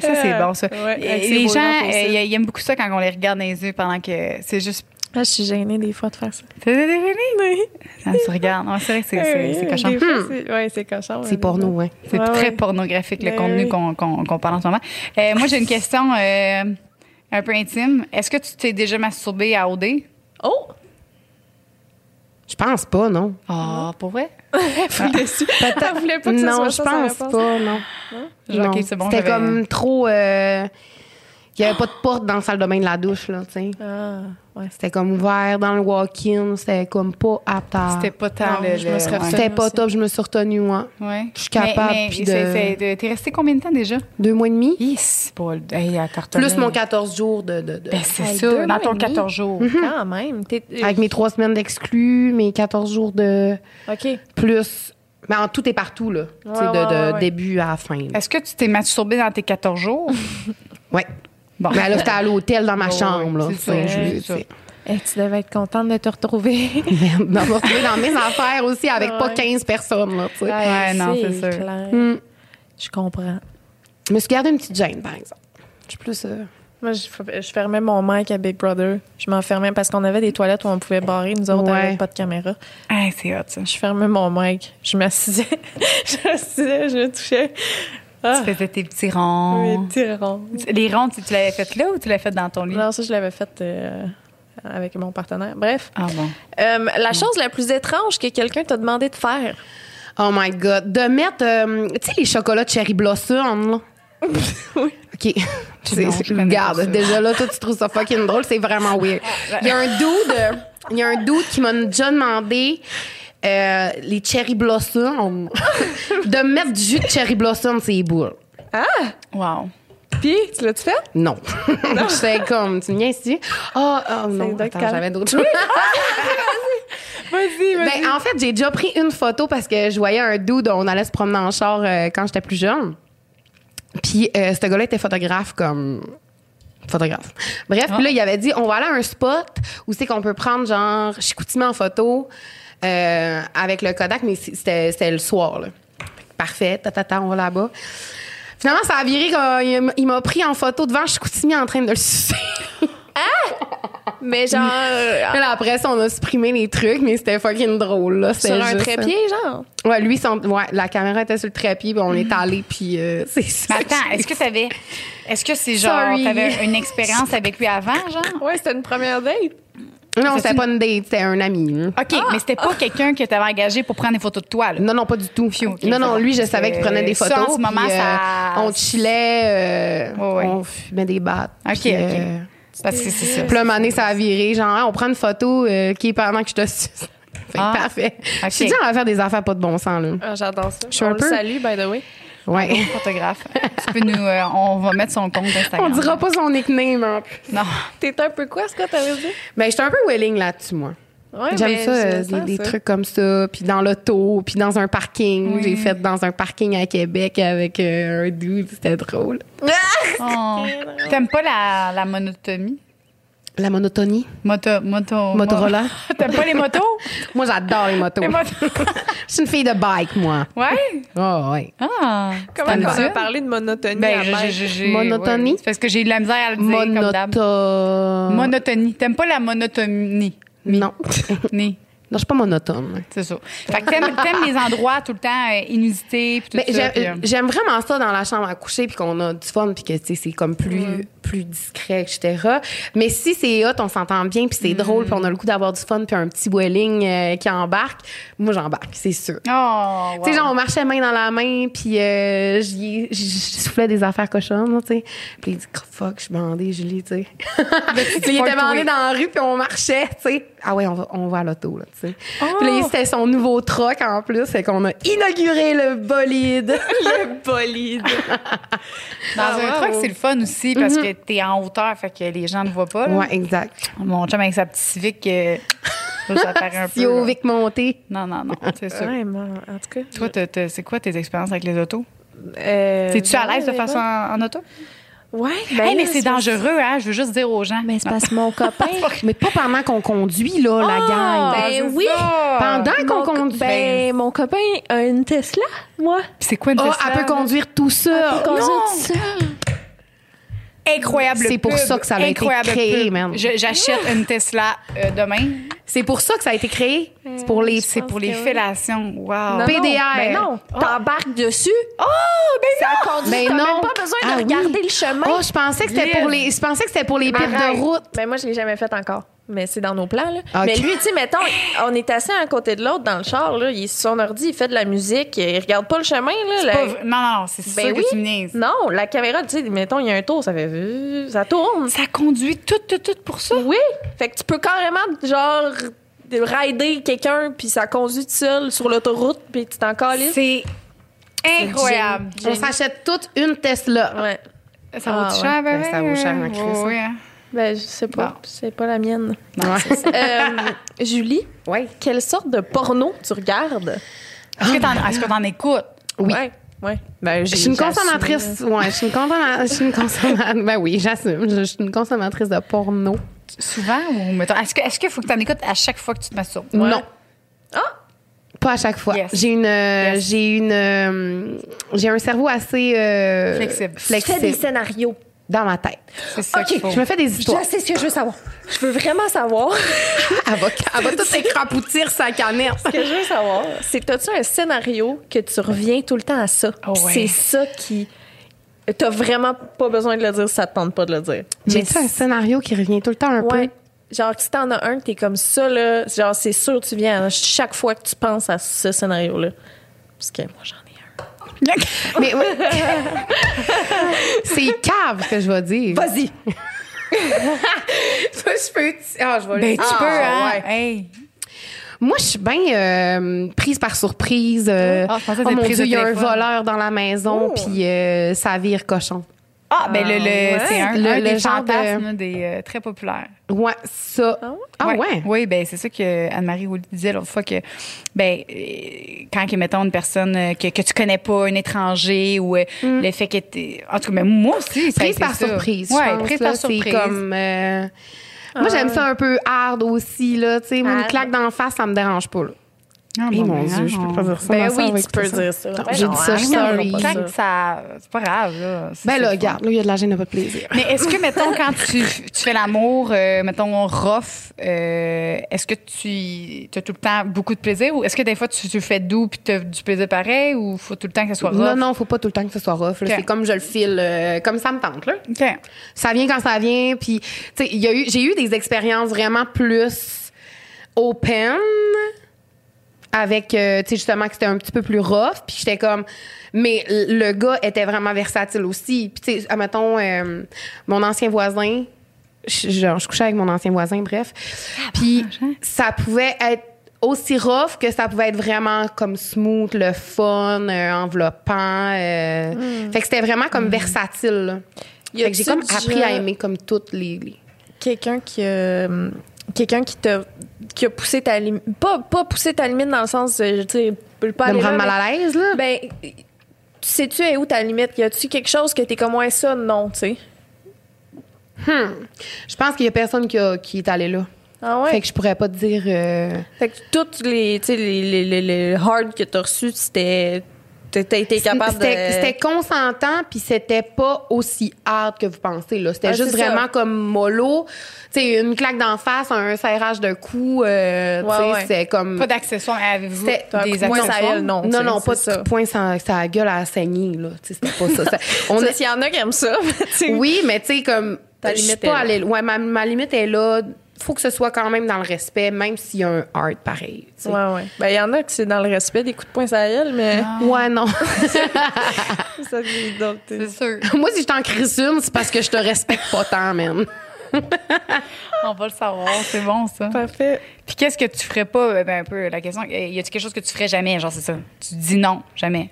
Speaker 1: Ça, c'est bon, ça.
Speaker 2: Ouais,
Speaker 1: Et
Speaker 2: avec ses
Speaker 1: les
Speaker 2: beaux
Speaker 1: gens,
Speaker 2: grands
Speaker 1: euh,
Speaker 2: sourcils.
Speaker 1: ils ils aiment beaucoup ça quand on les regarde dans les yeux pendant que c'est juste.
Speaker 2: Ah, je suis gênée des fois de faire ça.
Speaker 1: On se regarde. Ouais, C'est vrai que c'est- c'est c'est cochon.
Speaker 2: Des fois, c'est- ouais, c'est cochon.
Speaker 3: Hmm. C'est porno, hein.
Speaker 1: C'est
Speaker 2: Ouais,
Speaker 1: très
Speaker 2: ouais.
Speaker 1: pornographique le
Speaker 2: Ben
Speaker 1: contenu
Speaker 2: oui.
Speaker 1: qu'on qu'on- qu'on parle en ce moment. Euh, moi, j'ai une question euh, un peu intime. Est-ce que tu t'es déjà masturbé à OD?
Speaker 2: Oh.
Speaker 3: Je pense pas, non.
Speaker 1: Ah, pour vrai?
Speaker 2: Elle voulait Elle voulait pas que ça
Speaker 3: Ah, non,
Speaker 2: soit
Speaker 3: je
Speaker 2: ça, sa
Speaker 3: pense
Speaker 2: réponse.
Speaker 3: pas, non.
Speaker 1: Genre,
Speaker 3: Non.
Speaker 1: ok, c'est bon,
Speaker 3: C'était
Speaker 1: j'avais-
Speaker 3: comme trop. euh, Il y avait pas de porte dans la salle de bain de la douche, là, tu sais.
Speaker 2: Ah, ouais.
Speaker 3: C'était comme ouvert dans le walk-in. C'était comme pas apte à.
Speaker 1: C'était pas tant
Speaker 2: Non,
Speaker 1: le...
Speaker 2: je
Speaker 1: le-
Speaker 2: me serais
Speaker 1: ouais.
Speaker 2: fait-
Speaker 3: C'était pas
Speaker 2: aussi.
Speaker 3: top. Je me suis retenue, moi.
Speaker 1: Ouais.
Speaker 3: Je suis capable,
Speaker 1: Mais, mais
Speaker 3: puis
Speaker 1: c'est-
Speaker 3: de-
Speaker 1: c'est- de- T'es resté combien de temps déjà?
Speaker 3: Deux mois et demi.
Speaker 1: Yes, Paul. Hey, à Tartelin.
Speaker 3: Plus mon 14 jours de. de- de-
Speaker 1: Ben, c'est
Speaker 2: Hey,
Speaker 1: ça,
Speaker 2: deux
Speaker 1: dans
Speaker 2: mois et
Speaker 1: ton
Speaker 2: demi. Mm.
Speaker 1: 14 jours.
Speaker 2: Quand même. T'es...
Speaker 3: Mhm.
Speaker 2: euh,
Speaker 3: Avec mes trois semaines d'exclus, mes 14 jours de.
Speaker 2: Ok.
Speaker 3: plus. Mais en tout et partout, là. Tu sais, de,
Speaker 2: ouais,
Speaker 3: de
Speaker 2: ouais, ouais.
Speaker 3: début à la fin. là.
Speaker 1: Est-ce que tu t'es masturbé dans tes 14 jours?
Speaker 3: Ouais.
Speaker 1: Bon.
Speaker 3: Mais Ben, là, j'étais à l'hôtel dans ma
Speaker 1: Ouais,
Speaker 3: chambre, là.
Speaker 1: ouais,
Speaker 3: tu
Speaker 1: c'est
Speaker 3: sais,
Speaker 1: ça,
Speaker 3: je-
Speaker 1: c'est ça.
Speaker 3: tu sais.
Speaker 2: Eh, tu devais être contente de te retrouver.
Speaker 3: Dans me retrouver dans mes affaires aussi avec pas
Speaker 2: Ouais.
Speaker 3: 15 personnes, là, tu sais.
Speaker 1: Ouais, non, c'est sûr.
Speaker 2: clair.
Speaker 3: Hum.
Speaker 2: Je comprends.
Speaker 3: Je me suis gardée une petite gêne, par exemple. Je suis plus. euh,
Speaker 2: Moi, je, je fermais mon mic à Big Brother. Je m'enfermais parce qu'on avait des toilettes où on pouvait barrer, nous autres, on
Speaker 3: Ouais.
Speaker 2: avait pas de caméra.
Speaker 1: Hey, c'est hot, ça.
Speaker 2: Je fermais mon mic. Je m'assisais. je m'assisais, je me touchais. Ah,
Speaker 1: Tu faisais tes petits
Speaker 2: mes
Speaker 1: ronds.
Speaker 2: petits ronds.
Speaker 1: Les ronds, tu tu l'avais fait là ou tu l'avais fait dans ton lit?
Speaker 2: Non, ça, je l'avais fait euh, avec mon partenaire. Bref.
Speaker 1: Ah bon.
Speaker 2: Euh, la chose la plus étrange que quelqu'un t'a demandé de faire.
Speaker 3: Oh my God. De mettre. euh, tu sais, les chocolats Cherry Blossom, là.
Speaker 2: Oui.
Speaker 3: OK. C'est-
Speaker 1: Non, je connais pas
Speaker 3: regarde,
Speaker 1: ça.
Speaker 3: déjà là, toi, tu trouves ça fucking drôle, c'est vraiment weird. Il y a un dude, il y a un dude qui m'a déjà demandé euh, les cherry blossoms, de mettre du jus de cherry blossom sur les boules.
Speaker 1: Wow.
Speaker 2: Puis, tu l'as-tu fait?
Speaker 3: Non. Je fais comme, tu me viens ici? Ah, ah, non,
Speaker 2: doc
Speaker 3: attends,
Speaker 2: calme.
Speaker 3: j'avais d'autres choses.
Speaker 2: Vas-y, vas-y.
Speaker 3: Ben, en fait, j'ai déjà pris une photo parce que je voyais un dude, on allait se promener en char euh, quand j'étais plus jeune. Puis, euh, ce gars-là était photographe comme. Photographe. Bref,
Speaker 2: Ah.
Speaker 3: puis là, il avait dit on va aller à un spot où c'est qu'on peut prendre genre Chicoutimi en photo euh, avec le Kodak, mais c- c'était c'était le soir. Là. Parfait, tatata, on va là-bas. Finalement, ça a viré qu'il m'a pris en photo devant Chicoutimi en train de le sucer.
Speaker 2: Mais genre. euh, Ah.
Speaker 3: Mais là, après ça, on a supprimé les trucs, mais c'était fucking drôle, là. C'était
Speaker 2: sur un
Speaker 3: juste-
Speaker 2: trépied, genre.
Speaker 3: Ouais, lui, son, ouais, la caméra était sur le trépied, puis on est allé, puis euh, c'est
Speaker 1: Mais
Speaker 3: ça.
Speaker 1: attends, est-ce que t'avais. Est-ce que c'est genre.
Speaker 3: Sorry.
Speaker 1: T'avais une expérience avec lui avant, genre?
Speaker 2: Ouais, c'était une première date.
Speaker 3: Non,
Speaker 1: c'est
Speaker 3: c'était
Speaker 1: une-
Speaker 3: pas une date, c'était un ami. là.
Speaker 1: OK, mais c'était pas quelqu'un que t'avais engagé pour prendre des photos de toi, là.
Speaker 3: Non, non, pas du tout.
Speaker 1: Phew, ok,
Speaker 3: non, non,
Speaker 1: ça va.
Speaker 3: lui, je savais qu'il prenait des
Speaker 1: Ça,
Speaker 3: photos.
Speaker 1: en ce
Speaker 3: puis,
Speaker 1: moment,
Speaker 3: euh,
Speaker 1: ça-
Speaker 3: On chillait, euh,
Speaker 1: Ouais, ouais.
Speaker 3: on fumait des battes.
Speaker 1: OK,
Speaker 3: puis,
Speaker 1: OK.
Speaker 3: euh,
Speaker 1: Parce que c'est ça.
Speaker 3: Puis là, un moment donné, ça a viré, genre, Ah, on prend une photo euh, qui est pendant que je te suce. Fait que
Speaker 1: Ah.
Speaker 3: parfait.
Speaker 1: OK.
Speaker 3: Je suis déjà à faire des affaires pas de bon sens, là.
Speaker 2: Ah, J'adore ça.
Speaker 3: suis un
Speaker 2: On le
Speaker 3: peu-
Speaker 2: salue, by the way.
Speaker 3: Ouais.
Speaker 1: Photographe. tu peux nous. euh, on va mettre son compte
Speaker 3: On
Speaker 1: Instagram.
Speaker 3: dira pas son nickname, hein.
Speaker 1: Non.
Speaker 2: T'es un peu quoi, ce que t'avais dit?
Speaker 3: Mais j'étais un peu willing là-dessus, moi.
Speaker 2: Ouais,
Speaker 3: J'aime
Speaker 2: mais
Speaker 3: ça,
Speaker 2: je
Speaker 3: euh,
Speaker 2: sens
Speaker 3: des, des
Speaker 2: ça.
Speaker 3: trucs comme ça, puis dans l'auto, puis dans un parking. J'ai fait dans un parking à Québec avec euh, un dude, c'était drôle.
Speaker 2: Ah!
Speaker 1: Oh. T'aimes pas la, la monotomie?
Speaker 3: La monotonie.
Speaker 1: Moto. moto
Speaker 3: Motorola.
Speaker 1: mo- T'aimes pas les motos?
Speaker 3: Moi, j'adore les motos.
Speaker 1: Les motos.
Speaker 3: Je suis une fille de bike, moi.
Speaker 1: Ouais?
Speaker 3: Oh, ouais.
Speaker 1: Ah.
Speaker 2: Comment
Speaker 1: c'est
Speaker 2: on a
Speaker 1: ça?
Speaker 2: parlé de monotonie
Speaker 1: Ben,
Speaker 2: à
Speaker 1: j'ai-
Speaker 2: Mike?
Speaker 1: j'ai- j'ai-
Speaker 3: Monotonie?
Speaker 1: ouais. C'est parce que j'ai eu de la misère à le dire, comme d'hab.
Speaker 3: Monoto...
Speaker 1: Monotonie. T'aimes pas la monotonie?
Speaker 3: Non.
Speaker 1: Ni.
Speaker 3: Non, je suis pas monotone.
Speaker 1: C'est ça. Fait que t'aimes, t'aimes les endroits tout le temps euh, inusités puis tout ça.
Speaker 3: Mais Ben, j'aime-
Speaker 1: puis, euh,
Speaker 3: J'aime vraiment ça dans la chambre à coucher, puis qu'on a du fun, puis que tu sais, c'est comme plus, plus discret, etc. Mais si c'est hot, on s'entend bien, puis
Speaker 1: Mm.
Speaker 3: c'est drôle, puis on a le goût d'avoir du fun, puis un petit welling euh, qui embarque, moi j'embarque, c'est sûr.
Speaker 1: Oh, wow.
Speaker 3: Tu sais, genre, on marchait main dans la main, puis euh, j'y- j'y- je soufflais des affaires cochonnes, là, tu sais. Puis il dit, Oh, fuck, je suis bandée, Julie, tu sais. Puis il était bandé dans la rue, puis on marchait, tu sais. Ah ouais, on va, on va à l'auto, là, tu sais.
Speaker 2: Oh.
Speaker 3: Puis là, c'était son nouveau truck, en plus, c'est qu'on a inauguré le bolide.
Speaker 2: le bolide.
Speaker 1: Dans
Speaker 2: Ah,
Speaker 1: un
Speaker 2: wow.
Speaker 1: truc, c'est le fun aussi parce que t'es en hauteur, fait que les gens ne voient pas. là.
Speaker 3: Mm-hmm. ouais, exact.
Speaker 1: Mon chum avec sa petite civique, euh, ça paraît un peu.
Speaker 3: Yo,
Speaker 1: là.
Speaker 3: Vic Monté.
Speaker 1: Non, non, non, c'est sûr.
Speaker 2: Ouais, mais en tout cas.
Speaker 1: Toi, t'as- t'as- c'est quoi tes expériences avec les autos?
Speaker 2: euh,
Speaker 1: T'es-tu à
Speaker 3: ben,
Speaker 2: ouais,
Speaker 1: l'aise de
Speaker 2: mais
Speaker 1: faire
Speaker 2: bon.
Speaker 1: ça en, en auto?
Speaker 2: Ouais.
Speaker 1: Hey,
Speaker 2: ben
Speaker 1: mais
Speaker 2: là,
Speaker 1: c'est dangereux, hein? Je veux juste dire aux gens.
Speaker 3: Ben,
Speaker 2: Mais c'est parce que mon copain.
Speaker 3: Mais pas pendant qu'on conduit, là, la gang.
Speaker 2: ben
Speaker 1: c'est
Speaker 2: oui.
Speaker 1: ça.
Speaker 3: Pendant qu'on
Speaker 2: mon co-
Speaker 3: conduit.
Speaker 2: Ben, mon copain a une Tesla, moi.
Speaker 1: Puis C'est quoi une
Speaker 3: Ah,
Speaker 1: Tesla,
Speaker 3: elle peut
Speaker 1: là?
Speaker 3: conduire tout ça.
Speaker 2: Conduire
Speaker 1: non.
Speaker 2: tout seul.
Speaker 1: Incroyable
Speaker 3: C'est pour
Speaker 1: pub.
Speaker 3: ça que ça a été
Speaker 1: Incroyable
Speaker 3: créé,
Speaker 1: pub.
Speaker 3: man.
Speaker 1: Je- J'achète une Tesla euh, demain.
Speaker 3: C'est pour ça que ça a été créé.
Speaker 2: Euh,
Speaker 3: C'est pour les...
Speaker 1: C'est pour les
Speaker 2: que oui.
Speaker 1: fellations. Wow.
Speaker 2: Non,
Speaker 1: Ben
Speaker 3: PDR.
Speaker 2: Ben non, t'embarques dessus. Oh, ben ça conduit.
Speaker 3: Ben
Speaker 2: t'as
Speaker 3: non.
Speaker 2: même pas besoin de
Speaker 3: Ah oui.
Speaker 2: regarder le chemin.
Speaker 3: Oh, je pensais que c'était pour
Speaker 1: Lynn.
Speaker 3: les... Je pensais que c'était pour les pires de route.
Speaker 2: Mais Ben, moi, je l'ai jamais fait encore. Mais c'est dans nos plans, là.
Speaker 3: Ok.
Speaker 2: Mais lui, tu sais, mettons, on est assis à un côté de l'autre dans le char, là. Il est sur son ordi, il fait de la musique, il regarde pas le chemin, là.
Speaker 1: c'est
Speaker 2: La-
Speaker 1: pas vrai. Non, non, non, c'est
Speaker 2: Ben
Speaker 1: sûr
Speaker 2: oui.
Speaker 1: que tu me niaises.
Speaker 2: Non, la caméra, tu sais, mettons, il y a un tour, ça fait. vu, Ça tourne.
Speaker 1: Ça conduit tout, tout, tout pour ça.
Speaker 2: Oui. Fait que tu peux carrément, genre, rider quelqu'un, puis ça conduit tout seul sur l'autoroute, puis tu t'en calisses.
Speaker 1: C'est incroyable.
Speaker 3: On
Speaker 2: Génial.
Speaker 3: s'achète toute une Tesla.
Speaker 2: Ouais.
Speaker 1: Ça
Speaker 2: Ah,
Speaker 1: vaut
Speaker 2: ouais.
Speaker 1: du cher,
Speaker 3: Ben,
Speaker 1: bébé?
Speaker 3: ça vaut cher,
Speaker 1: hein?
Speaker 3: en crise,
Speaker 1: Oh,
Speaker 3: hein.
Speaker 1: oui, hein.
Speaker 2: Ben, je sais
Speaker 1: pas.
Speaker 2: pas.
Speaker 1: Bon.
Speaker 2: C'est pas la mienne.
Speaker 1: Non, c'est ça.
Speaker 2: Euh, Julie,
Speaker 3: Ouais.
Speaker 2: quelle sorte de porno tu regardes?
Speaker 1: Est-ce que t'en- est-ce que t'en écoutes?
Speaker 3: Oui.
Speaker 2: Ouais. Ouais. Ben,
Speaker 3: Je suis une consommatrice. Ouais, je suis une consommatrice. Je suis une consommatrice. Ben oui, j'assume. Je suis une consommatrice de porno.
Speaker 1: Souvent ou mettons, est-ce que est-ce qu'il faut que tu en écoutes à chaque fois que tu te masturbes?
Speaker 3: Non.
Speaker 2: Ah!
Speaker 3: Pas à chaque fois.
Speaker 1: Yes.
Speaker 3: J'ai une, euh,
Speaker 1: Yes.
Speaker 3: j'ai une, euh, j'ai un cerveau assez euh,
Speaker 1: Flexible.
Speaker 3: flexible
Speaker 2: scénarios.
Speaker 3: dans ma tête.
Speaker 1: C'est ça
Speaker 2: Ok,
Speaker 1: qu'il faut.
Speaker 3: Je me fais des histoires.
Speaker 2: sais ce que je veux savoir. Je veux vraiment savoir.
Speaker 3: Elle va, elle va tout écrapoutir sa canette.
Speaker 2: ce que je veux savoir, c'est que as-tu un scénario que tu reviens tout le temps à ça?
Speaker 3: Ah
Speaker 1: Oh ouais.
Speaker 2: C'est ça qui. T'as vraiment pas besoin de le dire si ça te tente pas de le dire.
Speaker 3: J'ai
Speaker 2: Mais
Speaker 3: tu un scénario qui revient tout le temps un
Speaker 2: Ouais.
Speaker 3: peu.
Speaker 2: Genre, si t'en as un que t'es comme ça, là, genre, c'est sûr tu viens à chaque fois que tu penses à ce scénario-là. Parce que moi, j'en ai un.
Speaker 1: Ben,
Speaker 3: Mais ouais. c'est cave ce que je vais dire.
Speaker 2: Vas-y!
Speaker 3: je peux. Ah, je vais.
Speaker 1: ben tu
Speaker 3: Ah,
Speaker 1: peux hein.
Speaker 3: ouais.
Speaker 1: Hey.
Speaker 3: Moi, je suis bien euh, prise par surprise. euh,
Speaker 1: Ah, je pensais que
Speaker 3: oh
Speaker 1: t'étais
Speaker 3: mon
Speaker 1: prise
Speaker 3: Dieu,
Speaker 1: au
Speaker 3: il y a un
Speaker 1: téléphone.
Speaker 3: voleur dans la maison,
Speaker 2: Oh.
Speaker 3: puis euh, ça vire cochon.
Speaker 1: Ah ben le, le
Speaker 2: ouais.
Speaker 1: c'est un,
Speaker 3: Le-
Speaker 1: un
Speaker 3: le
Speaker 1: des
Speaker 3: genre de-
Speaker 1: fantasmes des euh, très populaires.
Speaker 3: Ouais, ça.
Speaker 2: Ah ouais?
Speaker 3: Ah ouais?
Speaker 1: Oui, ben c'est ça que Anne-Marie Ouly disait l'autre fois que ben euh, quand que, mettons une personne euh, que, que tu connais pas, un étranger ou euh, le fait que t'es en tout cas mais moi aussi ça a
Speaker 3: Prise
Speaker 1: été
Speaker 3: par
Speaker 1: ça.
Speaker 3: surprise. je
Speaker 1: Ouais,
Speaker 3: pense,
Speaker 1: prise
Speaker 3: là,
Speaker 1: par surprise.
Speaker 3: C'est comme. euh, Moi, j'aime ça un peu hard aussi, là. Tu sais, moi, une
Speaker 2: Hard.
Speaker 3: claque d'en face, ça me dérange pas, là.
Speaker 1: Ah,
Speaker 3: Eh,
Speaker 1: bon,
Speaker 3: mon
Speaker 1: ben,
Speaker 3: Dieu, je
Speaker 1: on-
Speaker 3: peux pas dire ça.
Speaker 2: Ben
Speaker 3: ma sœur
Speaker 2: oui,
Speaker 3: va
Speaker 2: tu peux
Speaker 3: écouter ça.
Speaker 2: dire ça.
Speaker 3: Non,
Speaker 2: Ben
Speaker 3: J'ai
Speaker 2: non,
Speaker 3: dit ça,
Speaker 2: arrête,
Speaker 3: je
Speaker 1: Ah, non,
Speaker 3: sorry.
Speaker 1: mais Tant que ça. C'est pas grave, là. C'est-
Speaker 3: Ben
Speaker 1: c'est
Speaker 3: là,
Speaker 1: le fun.
Speaker 3: regarde, là, il y a de la gêne, il n'y a pas de plaisir.
Speaker 1: Mais est-ce que, mettons, quand tu, tu fais l'amour, euh, mettons, rough, euh, est-ce que tu as tout le temps beaucoup de plaisir ou est-ce que des fois tu, tu le fais doux puis tu as du plaisir pareil ou faut tout le temps que ce soit rough?
Speaker 3: Non, non, faut pas tout le temps que ce soit rough. là.
Speaker 1: Ok.
Speaker 3: C'est comme je le file, euh, comme ça me tente. Là.
Speaker 1: OK.
Speaker 3: Ça vient quand ça vient. Puis, tu sais, il y a eu, j'ai eu des expériences vraiment plus open avec, euh, tu sais, justement, que c'était un petit peu plus rough. Puis j'étais comme, mais l- le gars était vraiment versatile aussi. Puis, tu sais, admettons, euh, mon ancien voisin, je, genre, je couchais avec mon ancien voisin, bref. Puis, ça pouvait être aussi rough que ça pouvait être vraiment comme smooth, le fun, euh, enveloppant. euh. Fait que c'était vraiment comme versatile. là.
Speaker 2: Y a-tu
Speaker 3: Fait que j'ai comme
Speaker 2: déjà
Speaker 3: appris à aimer comme toutes les. les-
Speaker 2: Quelqu'un qui euh, quelqu'un qui t'a qui a poussé ta limite pas pas poussé ta limite dans le sens euh, tu sais peut pas
Speaker 3: de me
Speaker 2: aller là,
Speaker 3: rendre mal
Speaker 2: mais-
Speaker 3: à l'aise, là.
Speaker 2: Ben, tu sais-tu est où ta limite? Y a-tu quelque chose que t'es comme moins ça? Non, tu sais.
Speaker 3: je pense qu'il y a personne qui, a- qui est allé là.
Speaker 2: Ah ouais?
Speaker 3: Fait que je pourrais pas te dire. euh,
Speaker 2: Fait que toutes les, tu sais, les, les, les, les hard que t'as reçus, c'était. T'as t'as été capable de.
Speaker 3: C'était c'était consentant, puis c'était pas aussi hard que vous pensez. là. C'était
Speaker 2: Ah,
Speaker 3: juste
Speaker 2: c'est ça.
Speaker 3: vraiment comme mollo. Tu sais, une claque d'en face, un serrage de cou. euh, tu
Speaker 2: Ouais,
Speaker 3: sais,
Speaker 2: ouais.
Speaker 3: c'est comme.
Speaker 1: Pas d'accessoires. mais Avez-vous
Speaker 3: C'était
Speaker 2: un coup
Speaker 1: des
Speaker 2: de poing sur la
Speaker 1: accessoires?
Speaker 2: gueule, non.
Speaker 3: Non,
Speaker 2: t'sais,
Speaker 3: non,
Speaker 2: c'est
Speaker 3: pas de
Speaker 2: ça.
Speaker 3: coup de poing sans sa gueule à saigner, là. Tu sais, C'était pas ça. Ça- on
Speaker 2: Ça,
Speaker 3: est-
Speaker 2: S'il y en a qui aiment ça, tu sais.
Speaker 3: Oui, mais tu sais, comme.
Speaker 2: Ta
Speaker 3: je suis
Speaker 2: limite
Speaker 3: pas
Speaker 2: est là.
Speaker 3: allée- Ouais, ma, ma limite est là. Faut que ce soit quand même dans le respect, même s'il y a un hard pareil. tu sais.
Speaker 2: Ouais, ouais. Ben, il y en a que c'est dans le respect des coups de poing sur la gueule, mais.
Speaker 3: Ouais, non. Ah.
Speaker 2: Ça, c'est donc, t'es-
Speaker 1: C'est sûr.
Speaker 3: Moi, si je t'en crise une, c'est parce que je te respecte pas tant, même.
Speaker 1: On va le savoir. C'est bon, ça.
Speaker 2: Parfait.
Speaker 1: Puis qu'est-ce que tu ferais pas? Ben, un peu la question. euh, Y a-tu quelque chose que tu ferais jamais? Genre, c'est ça. Tu dis non, jamais.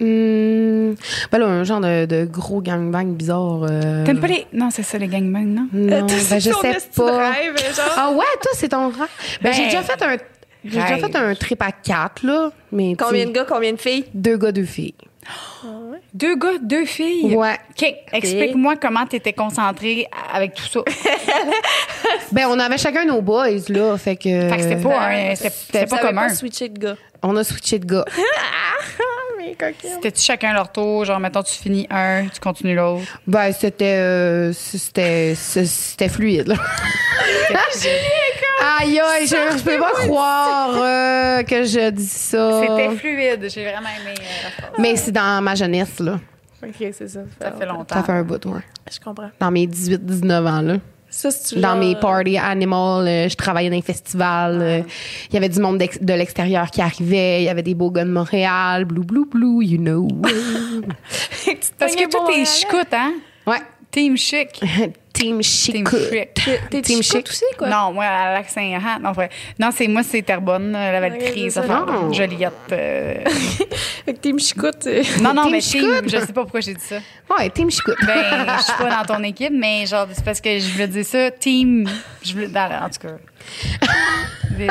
Speaker 2: Hmm.
Speaker 3: Hum, ben là, un genre de, de gros gangbang bizarre. euh,
Speaker 1: T'aimes pas les. Non, c'est ça, les gangbangs, non?
Speaker 3: Non, ben, je
Speaker 2: ton
Speaker 3: sais
Speaker 2: esti de
Speaker 3: pas.
Speaker 2: rêve, hein, genre.
Speaker 3: Ah ouais, toi, c'est ton rêve. Ben, j'ai
Speaker 1: Ben,
Speaker 3: déjà fait un. J'ai déjà
Speaker 1: rêve.
Speaker 3: fait un trip à quatre, là. Mais tu
Speaker 2: Combien de
Speaker 3: sais,
Speaker 2: gars, combien de filles?
Speaker 3: deux gars, deux filles.
Speaker 1: Deux gars, deux filles.
Speaker 3: Ouais.
Speaker 1: OK. Explique-moi comment t'étais concentrée avec tout ça.
Speaker 3: Ben, on avait chacun nos boys, là. Fait que.
Speaker 1: Fait que c'était pas, un- c'était- c'était
Speaker 2: Vous
Speaker 1: pas
Speaker 2: avez
Speaker 1: commun.
Speaker 2: pas switché de gars.
Speaker 3: On a switché de gars. Ah,
Speaker 2: mais coquin.
Speaker 1: C'était-tu chacun leur tour? Genre, mettons, tu finis un, tu continues l'autre.
Speaker 3: Ben, c'était. euh, c'était. C'était fluide, là.
Speaker 1: Ah,
Speaker 3: Aïe, aïe, je, je peux pas croire euh, que je dis ça.
Speaker 1: C'était fluide. J'ai vraiment aimé euh, la phrase.
Speaker 3: Euh. Mais c'est dans ma jeunesse, là.
Speaker 2: Ok, c'est ça.
Speaker 1: Ça fait longtemps.
Speaker 3: Ça fait un bout, ouais.
Speaker 2: Je comprends.
Speaker 3: Dans mes 18-19 ans, là.
Speaker 2: Ça, c'est
Speaker 3: Dans mes
Speaker 2: parts.
Speaker 3: party animal, euh, je travaillais dans les festivals. euh,
Speaker 1: Ah.
Speaker 3: Il y avait du monde d'ex- de l'extérieur qui arrivait. Il y avait des beaux gars de Montréal. Blou, blou, blou, you know.
Speaker 1: Parce que tout est chicoute, hein?
Speaker 3: ouais.
Speaker 1: Team chic.
Speaker 3: Team chic.
Speaker 1: Team chic.
Speaker 2: T'es
Speaker 3: Team chic.
Speaker 2: chicoute aussi, quoi?
Speaker 1: Non, moi, à lac saint jean non, vrai. non c'est moi, c'est Terrebonne, euh, la Valkyrie,
Speaker 2: Ok,
Speaker 1: ça
Speaker 2: c'est
Speaker 1: fait
Speaker 2: ça.
Speaker 3: Non.
Speaker 1: Joliette. euh,
Speaker 2: Fait que team chicoute, c'est-
Speaker 1: Non, non,
Speaker 3: Team
Speaker 1: mais team,
Speaker 3: chicoute.
Speaker 1: je sais pas pourquoi j'ai dit ça.
Speaker 3: Ouais, team chic.
Speaker 1: Ben, je suis pas dans ton équipe, mais genre, c'est parce que je voulais dire ça, team. Je voulais, dans- en tout cas. Des-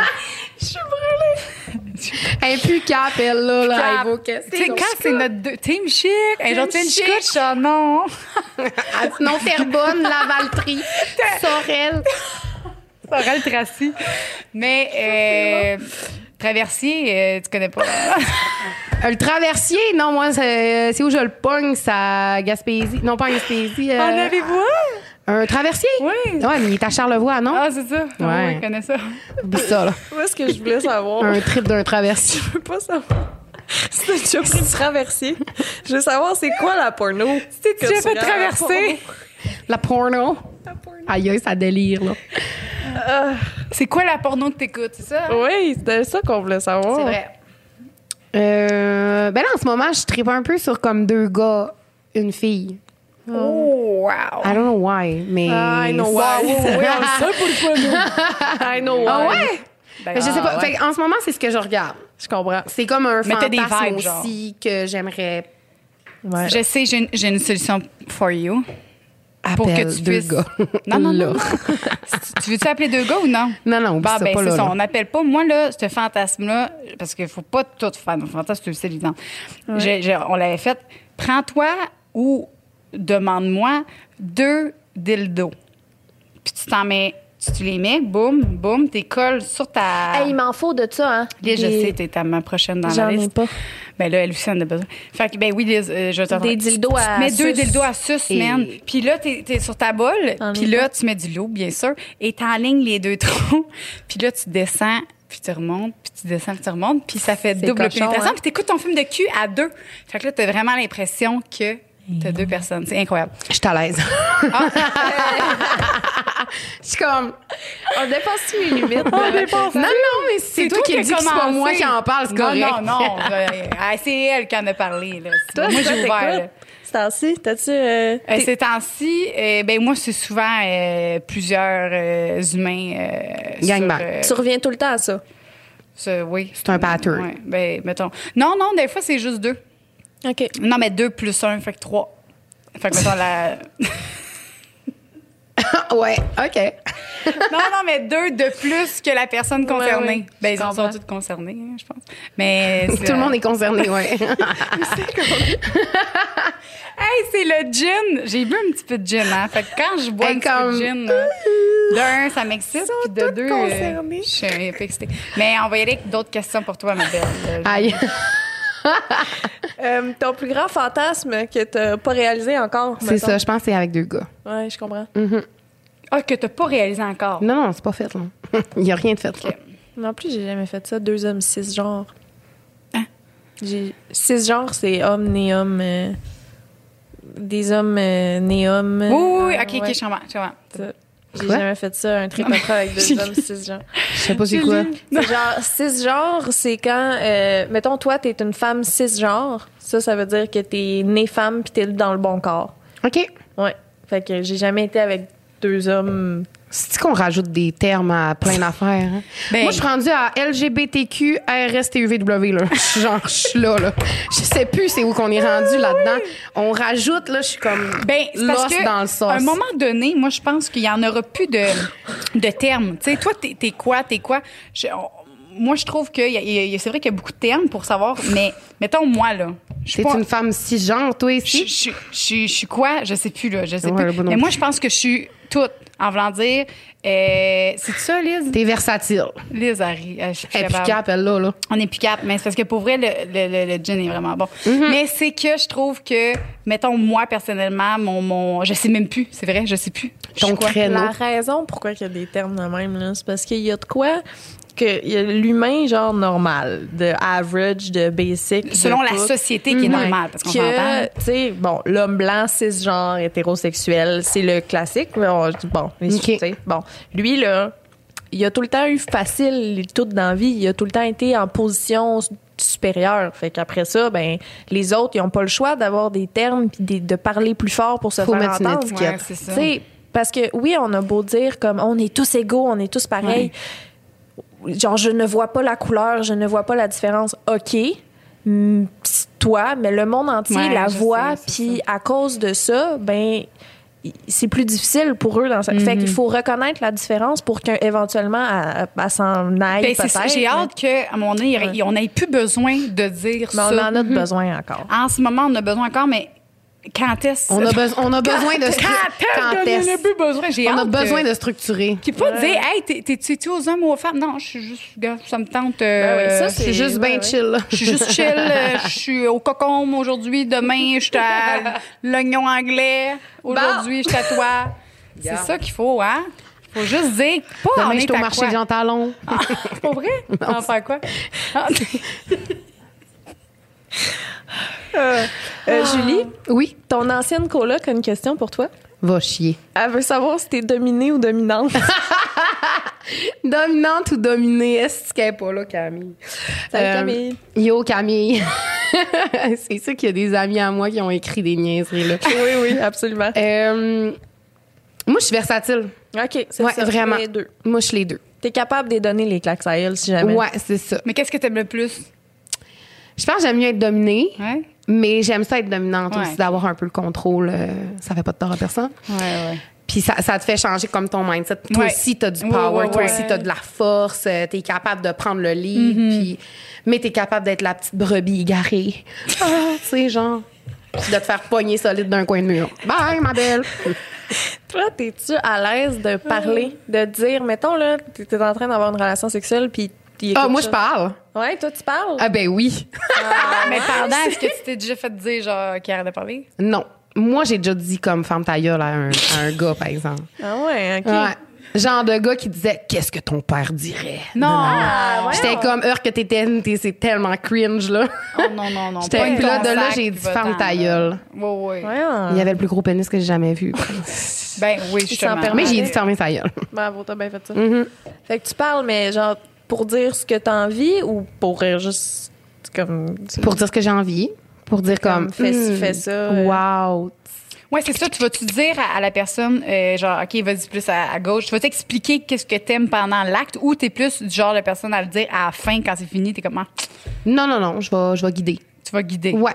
Speaker 3: Impucable, elle, là. là
Speaker 1: Cap.
Speaker 3: elle vaut
Speaker 1: Tu sais, quand hein, c'est notre deux- team chic, hey, genre, tu es une chicotte, je suis genre, non.
Speaker 3: Ah, Sinon, Terrebonne, Lavaltrie, Sorel.
Speaker 1: Sorel Tracy. Mais, euh, Traversier, euh, tu connais pas.
Speaker 3: Euh, le traversier, non, moi, c'est c'est où je le pogne, ça à Gaspésie. Non, pas à Gaspésie. euh,
Speaker 1: avez-vous
Speaker 3: un traversier?
Speaker 1: Oui.
Speaker 3: Ouais, mais il est à Charlevoix, non?
Speaker 1: Ah, c'est ça. Ouais.
Speaker 3: Ouais.
Speaker 1: je connais ça.
Speaker 3: Oublie ça, là.
Speaker 2: Moi, ce que je voulais savoir,
Speaker 3: Un trip d'un traversier.
Speaker 2: je veux pas savoir. Si t'as déjà pris du traversier, je veux savoir c'est quoi la porno. Si
Speaker 1: Tu as fait traverser.
Speaker 3: La porno. Aïe, aïe, ça délire, là.
Speaker 1: C'est quoi la porno que t'écoutes, c'est ça?
Speaker 2: Oui, c'était ça qu'on voulait savoir.
Speaker 1: C'est vrai.
Speaker 3: Euh, ben là, en ce moment, je tripe un peu sur comme deux gars, une fille.
Speaker 1: Oh, wow.
Speaker 3: I don't know why, mais.
Speaker 2: I know
Speaker 1: Wow,
Speaker 2: why.
Speaker 1: wow, wow, ça,
Speaker 2: pour le I know why.
Speaker 3: Ah ouais?
Speaker 1: Ben,
Speaker 3: Mais je sais
Speaker 1: ah,
Speaker 3: pas.
Speaker 1: ouais.
Speaker 3: Fait en ce moment, c'est ce que je regarde.
Speaker 2: Je comprends.
Speaker 3: C'est comme un
Speaker 1: Mais t'as des
Speaker 3: fantasme
Speaker 1: vibes, genre.
Speaker 3: aussi que j'aimerais.
Speaker 2: Ouais.
Speaker 1: Je sais, j'ai une, j'ai une solution for you. Pour
Speaker 3: Appelle
Speaker 1: que tu
Speaker 3: deux
Speaker 1: puisses.
Speaker 3: gars.
Speaker 1: Non, non,
Speaker 3: Là.
Speaker 1: non. non. Si tu- tu veux-tu appeler deux gars ou non?
Speaker 3: Non, non, oublie
Speaker 1: Bah,
Speaker 3: ça,
Speaker 1: ben,
Speaker 3: pas
Speaker 1: c'est
Speaker 3: là,
Speaker 1: ça.
Speaker 3: là.
Speaker 1: On n'appelle pas. Moi, là, ce fantasme-là, parce qu'il faut pas tout faire. Nos fantasmes, tu le sais, évident. on l'avait fait. Prends-toi ou demande-moi deux dildos. Puis tu t'en mets Tu, tu les mets, boum, boum, t'es colles sur ta.
Speaker 4: Hey, il m'en faut de ça, hein?
Speaker 1: Liz, je
Speaker 4: Des-
Speaker 1: sais, t'es ta main prochaine dans
Speaker 4: J'en
Speaker 1: la
Speaker 4: ai
Speaker 1: liste.
Speaker 4: pas.
Speaker 1: Ben là, elle aussi en a besoin. Fait que, ben oui, Liz, euh, je t'entends.
Speaker 4: Des dildos à
Speaker 1: Mais deux
Speaker 4: suce.
Speaker 1: dildos à suce,
Speaker 4: Et-
Speaker 1: man. Puis là, t'es es sur ta bolle,
Speaker 4: T'en
Speaker 1: puis
Speaker 4: mets
Speaker 1: là, tu mets du loup, bien sûr, et t'enlignes les deux trous, puis là, tu descends, puis tu remontes, puis tu descends, puis tu remontes, puis ça fait
Speaker 4: C'est
Speaker 1: double
Speaker 4: cochon,
Speaker 1: pénétration,
Speaker 4: hein?
Speaker 1: puis t'écoutes ton film de cul à deux. Fait que là, t'as vraiment l'impression que t'as deux personnes. C'est incroyable.
Speaker 3: Je suis à l'aise.
Speaker 1: Ah.
Speaker 3: Je suis comme.
Speaker 2: On dépasse-tu les limites? là?
Speaker 3: Non, non, mais c'est toi, qui
Speaker 1: as
Speaker 3: dis que c'est pas moi qui en parle, c'est correct.
Speaker 1: Non, non, non. euh, ah, c'est elle qui en a parlé, là. C'est-
Speaker 2: Toi,
Speaker 1: moi,
Speaker 2: toi,
Speaker 1: j'ai ouvert,
Speaker 2: t'écoutes?
Speaker 1: là.
Speaker 2: C'est ainsi? T'as-tu. euh,
Speaker 1: Euh,
Speaker 2: t'es-
Speaker 1: ces temps-ci, euh, ben moi, c'est souvent euh, plusieurs euh, humains. Euh,
Speaker 3: Gang
Speaker 1: sur,
Speaker 3: bang.
Speaker 1: euh,
Speaker 2: tu reviens tout le temps à ça.
Speaker 1: sur- oui.
Speaker 3: C'est un pattern.
Speaker 1: Ouais, ben, mettons. Non, non, des fois, c'est juste deux.
Speaker 2: OK.
Speaker 1: Non, mais deux plus un, fait que trois. Fait que mettons la.
Speaker 3: ah, ouais, OK.
Speaker 1: non, non, mais deux de plus que la personne concernée.
Speaker 2: Ouais, ouais,
Speaker 1: ben,
Speaker 2: je
Speaker 1: ils en sont
Speaker 2: comprends.
Speaker 1: tous concernés, hein, je pense. Mais. c'est- euh,
Speaker 3: Tout le monde est concerné, ouais.
Speaker 1: Hey, c'est le gin! J'ai bu un petit peu de gin, hein. Fait que quand je bois
Speaker 3: Hey,
Speaker 1: un petit peu
Speaker 3: comme-
Speaker 1: de gin, euh, d'un, ça m'excite, puis de
Speaker 2: toutes
Speaker 1: deux, euh,
Speaker 2: concernées.
Speaker 1: je suis un peu excitée. Mais on va y aller avec d'autres questions pour toi, ma belle. Euh,
Speaker 3: Aïe.
Speaker 2: Euh, ton plus grand fantasme que t'as pas réalisé encore.
Speaker 3: C'est
Speaker 2: mettons.
Speaker 3: ça, je pense que c'est avec deux gars.
Speaker 2: Ouais, je comprends.
Speaker 1: Ah, que t'as pas réalisé encore.
Speaker 3: Non, non, c'est pas fait, là. Il n'y a rien de fait, là.
Speaker 2: Non plus, j'ai jamais fait ça. Deux hommes, six genres.
Speaker 1: Hein?
Speaker 2: J'ai six genres, c'est hommes, né hommes, euh, des hommes, euh, né hommes. Ah,
Speaker 1: Oui, oui, oui, ok,
Speaker 2: Ouais,
Speaker 1: ok, je comprends, je comprends.
Speaker 2: ça. J'ai
Speaker 3: Quoi?
Speaker 2: jamais fait ça, un tricotra avec deux hommes, six genres.
Speaker 3: Je sais pas c'est quoi.
Speaker 2: C'est genre six genres, c'est quand euh, mettons toi t'es une femme six genres. Ça, ça veut dire que t'es née femme puis t'es dans le bon corps.
Speaker 3: OK.
Speaker 2: Ouais. Fait que j'ai jamais été avec deux hommes.
Speaker 3: C'est qu'on rajoute des termes à plein d'affaires. hein?
Speaker 1: Ben-
Speaker 3: Moi, je suis rendue à LGBTQ, RSTUVW, là. Je suis genre, je suis là, là. Je sais plus c'est où qu'on est rendu là-dedans. On rajoute, là, je suis comme
Speaker 1: Ah Ben, c'est parce
Speaker 3: lost
Speaker 1: que
Speaker 3: dans le sauce.
Speaker 1: à un moment donné, moi, je pense qu'il y en aura plus de, de termes. Tu sais, toi, t'es t'es quoi, t'es quoi? Je- on- moi, je trouve que y a- y a- c'est vrai qu'il y a beaucoup de termes pour savoir, mais mettons, moi, là, je suis
Speaker 3: T'es
Speaker 1: pas-
Speaker 3: une femme cisgenre, toi,
Speaker 1: je,
Speaker 3: ici?
Speaker 1: je, je, je suis quoi? Je sais plus, là. Je sais
Speaker 3: Ouais,
Speaker 1: plus.
Speaker 3: moi non
Speaker 1: Mais moi,
Speaker 3: plus.
Speaker 1: je pense que je suis toute, en voulant dire. Euh, c'est ça, Liz?
Speaker 3: T'es versatile.
Speaker 1: Liz, Harry. Euh, Je suis capable.
Speaker 3: Implicable, elle, là, là.
Speaker 1: On est plus capable, mais c'est parce que pour vrai, le, le, le- le gin est vraiment bon.
Speaker 3: Mm-hmm.
Speaker 1: Mais c'est que je trouve que, mettons, moi, personnellement, mon. mon je sais même plus, c'est vrai, je sais plus. Je
Speaker 3: Ton
Speaker 1: suis quoi?
Speaker 3: créneau.
Speaker 2: La raison pourquoi il y a des termes de même là, c'est parce qu'il y a de quoi que il y a l'humain genre normal, de average, de basic, de
Speaker 1: Selon la
Speaker 2: tout.
Speaker 1: société
Speaker 3: Mm-hmm.
Speaker 1: qui est
Speaker 2: Ouais.
Speaker 1: normale, parce qu'on
Speaker 2: que,
Speaker 1: s'entend.
Speaker 2: tu sais, bon, l'homme blanc, cisgenre, hétérosexuel, c'est le classique. mais on- bon, les-
Speaker 3: Ok.
Speaker 2: tu sais, bon, lui, là, il a tout le temps eu facile, tout dans la vie. Il a tout le temps été en position s- supérieure. Fait qu'après ça, ben, les autres, ils n'ont pas le choix d'avoir des termes puis des- de parler plus fort pour se
Speaker 3: Faut
Speaker 2: faire
Speaker 3: mettre une
Speaker 2: entendre.
Speaker 3: étiquette.
Speaker 1: Ouais, c'est ça.
Speaker 2: Tu sais, parce que oui, on a beau dire comme on est tous égaux, on est tous pareils. Genre, je ne vois pas la couleur, je ne vois pas la différence. OK, mm, pss, toi, mais le monde entier
Speaker 1: Ouais,
Speaker 2: la
Speaker 1: je
Speaker 2: voit,
Speaker 1: sais, c'est
Speaker 2: puis à cause de ça, ben i- c'est plus difficile pour eux dans ça. Fait
Speaker 1: Mhm.
Speaker 2: qu'il faut reconnaître la différence pour qu'éventuellement, à, à s'en aille
Speaker 1: Ben, c'est ça,
Speaker 2: peut-être,
Speaker 1: J'ai
Speaker 2: mais-
Speaker 1: hâte qu'à un moment donné, il y aurait- on n'ait plus besoin de dire
Speaker 3: Ben,
Speaker 2: Mais
Speaker 1: ça. Mhm.
Speaker 2: on en a de besoin encore.
Speaker 1: En ce moment, on a besoin encore, mais quand est-ce?
Speaker 3: On a, beso- on a besoin de...
Speaker 1: Quand est-ce qu'on en a plus besoin? J'ai
Speaker 3: On a
Speaker 1: hâte
Speaker 3: besoin
Speaker 1: que-
Speaker 3: de structurer.
Speaker 1: Qui pas dire, hey, t'es- t'es- t'es-tu aux hommes ou aux femmes? Non, je suis juste, gars, ça me tente. euh,
Speaker 2: Ben oui, ça,
Speaker 3: Je suis juste
Speaker 2: ouais,
Speaker 3: bien
Speaker 2: ouais.
Speaker 3: chill, là.
Speaker 1: Je suis juste chill. euh, Je suis au cocon aujourd'hui. Demain, je suis à l'oignon anglais. Aujourd'hui, je suis à toi. C'est ça qu'il faut, hein? Faut juste dire, pas
Speaker 3: Demain,
Speaker 1: on
Speaker 3: je
Speaker 1: est
Speaker 3: suis au
Speaker 1: à
Speaker 3: marché
Speaker 1: quoi.
Speaker 3: de Jean Talon.
Speaker 1: Pour vrai? On fait quoi? Ah, Ah.
Speaker 2: Euh, Julie,
Speaker 3: Oui?
Speaker 2: ton ancienne coloc a une question pour toi.
Speaker 3: Va chier.
Speaker 2: Elle veut savoir si t'es dominée ou dominante.
Speaker 3: Dominante ou dominée, est-ce qu'elle est pas là, Camille?
Speaker 2: Salut,
Speaker 3: Euh,
Speaker 2: Camille.
Speaker 3: Yo, Camille. c'est sûr qu'il y a des amis à moi qui ont écrit des niaiseries, là.
Speaker 2: oui, oui, absolument.
Speaker 3: Euh, moi, je suis versatile.
Speaker 2: OK, c'est
Speaker 3: Ouais,
Speaker 2: ça.
Speaker 3: vraiment.
Speaker 2: Les deux.
Speaker 3: Moi, je suis les deux.
Speaker 2: T'es capable de les donner les claques à elle si jamais.
Speaker 3: Ouais, c'est ça.
Speaker 1: Mais qu'est-ce que t'aimes le plus? Hein?
Speaker 3: Je pense que j'aime mieux être dominée,
Speaker 1: Ouais?
Speaker 3: mais j'aime ça être dominante
Speaker 1: Ouais.
Speaker 3: aussi, d'avoir un peu le contrôle. euh, ça fait pas de tort à personne.
Speaker 1: Ouais, ouais.
Speaker 3: Puis ça, ça te fait changer comme ton mindset.
Speaker 1: Ouais.
Speaker 3: Toi aussi, t'as du
Speaker 1: Ouais,
Speaker 3: power,
Speaker 1: ouais,
Speaker 3: toi
Speaker 1: ouais. Mm-hmm.
Speaker 3: aussi, t'as de la force, euh, t'es capable de prendre le lit, puis, mais t'es capable d'être la petite brebis égarée. Ah, tu sais, genre, puis de te faire pogner solide d'un coin de mur. Bye, ma belle!
Speaker 2: toi, t'es-tu à l'aise de parler, de dire, mettons, là, t'es t'es en train d'avoir une relation sexuelle, puis il y a
Speaker 3: Ah,
Speaker 2: quelque
Speaker 3: moi, je
Speaker 2: chose-
Speaker 3: parle.
Speaker 2: Ouais, toi, tu parles?
Speaker 3: Ah, ben oui.
Speaker 1: mais
Speaker 2: Ah,
Speaker 1: pendant, est-ce que tu t'es déjà fait dire, genre, qu'il arrête de parler?
Speaker 3: non. Moi, j'ai déjà dit comme femme ta gueule à un, à un gars, par exemple.
Speaker 2: Ah ouais, OK.
Speaker 3: Ouais. Genre de gars qui disait Qu'est-ce que ton père dirait?
Speaker 1: Non!
Speaker 2: Ah, voyons.
Speaker 3: J'étais comme heure que t'étais, t'es- c'est tellement cringe, là.
Speaker 1: Oh, non, non, non.
Speaker 3: J'étais
Speaker 1: pas
Speaker 3: puis là,
Speaker 1: ton
Speaker 3: de là,
Speaker 1: sac,
Speaker 3: j'ai dit
Speaker 1: puis
Speaker 3: ferme
Speaker 1: va-t'en,
Speaker 3: ta
Speaker 1: là.
Speaker 3: gueule.
Speaker 1: Oui, oui.
Speaker 2: Voyons.
Speaker 3: Il y avait le plus gros pénis que j'ai jamais vu.
Speaker 1: Ben oui,
Speaker 2: s'en
Speaker 1: justement.
Speaker 2: permet.
Speaker 3: Mais j'ai
Speaker 2: Ouais.
Speaker 3: dit ferme ta gueule.
Speaker 2: Bravo, t'as bien fait ben, ça.
Speaker 3: Mm-hmm.
Speaker 2: Fait que tu parles, mais genre, pour dire ce que t'as envie ou pour euh, juste, c'est comme...
Speaker 3: Pour dire ce que j'ai envie. Pour dire comme.
Speaker 2: Comme, fais ci,
Speaker 3: Hmm,
Speaker 2: fais ça, euh.
Speaker 3: Wow.
Speaker 1: Ouais, c'est ça. Tu vas-tu dire à, à la personne, euh, genre, OK, vas-y plus à, à gauche. Tu vas t'expliquer qu'est-ce que t'aimes pendant l'acte ou t'es plus du genre de personne à le dire à la fin quand c'est fini. T'es comme, Ah,
Speaker 3: Non, non, non, je vais, je vais guider.
Speaker 1: tu vas guider.
Speaker 3: Ouais.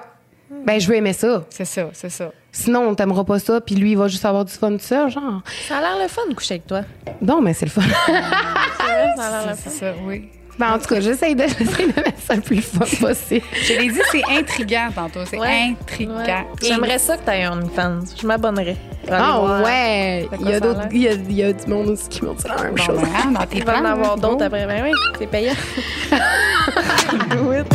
Speaker 3: Ben, je veux aimer ça.
Speaker 1: C'est ça, c'est ça.
Speaker 3: Sinon, on t'aimera pas ça, puis lui, il va juste avoir du fun tout seul, genre.
Speaker 2: Ça a l'air le fun de coucher avec toi.
Speaker 3: Bon, mais c'est le fun. Ah,
Speaker 2: C'est vrai, ça a
Speaker 1: C'est
Speaker 2: l'air le fun.
Speaker 1: c'est ça, oui.
Speaker 3: Ben, en tout cas, j'essaye de, j'essaye de mettre ça le plus fun possible.
Speaker 1: Je l'ai dit, c'est intriguant tantôt. C'est
Speaker 2: Ouais.
Speaker 1: intriguant.
Speaker 2: Ouais. J'aimerais ça que t'aies un fans. Je m'abonnerais. pour aller
Speaker 3: Ah
Speaker 2: voir.
Speaker 3: ouais!
Speaker 2: Ça
Speaker 3: Il y, a
Speaker 2: ressemble
Speaker 3: d'autres-
Speaker 2: à-
Speaker 3: il, y a, il y a du monde aussi qui m'ont dit la même
Speaker 1: Bon,
Speaker 3: chose.
Speaker 1: ben, hein, dans tes
Speaker 2: Il va en
Speaker 1: plans,
Speaker 2: avoir
Speaker 1: hein.
Speaker 2: d'autres après. Ben oui, c'est payant. Do it.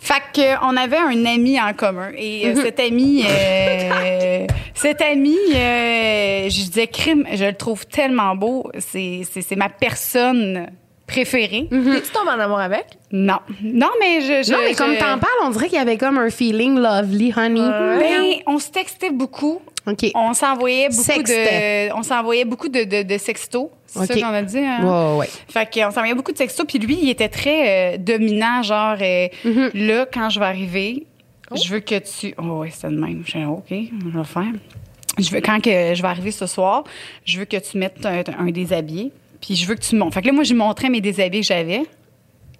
Speaker 1: Fait que, euh, on avait un ami en commun et
Speaker 2: Mm-hmm.
Speaker 1: euh, cet ami, euh, cet ami, euh, je disais crime, je le trouve tellement beau, c'est c'est- c'est ma personne préférée.
Speaker 3: Mm-hmm.
Speaker 2: tu tombes en amour avec?
Speaker 1: Non, non mais je, je-
Speaker 3: Non, mais
Speaker 1: je-
Speaker 3: comme t'en parles, on dirait qu'il y avait comme un feeling lovely, honey.
Speaker 1: Ben, on se textait beaucoup.
Speaker 3: OK.
Speaker 1: On s'envoyait beaucoup
Speaker 3: Sextait.
Speaker 1: de, on s'envoyait beaucoup de, de, de sextos. C'est
Speaker 3: OK.
Speaker 1: ça qu'on a dit. hein?
Speaker 3: Ouais, ouais.
Speaker 1: Fait qu'on s'envoyait beaucoup de textos. Puis lui, il était très euh, dominant, genre, euh,
Speaker 3: Mhm.
Speaker 1: là, quand je vais arriver, je veux que tu. Oh, ouais, c'était le même. Je suis OK, je vais le faire. Je veux, quand que je vais arriver ce soir, je veux que tu mettes un, un déshabillé. Puis je veux que tu montes. Fait que là, moi, je lui montrais mes déshabillés que j'avais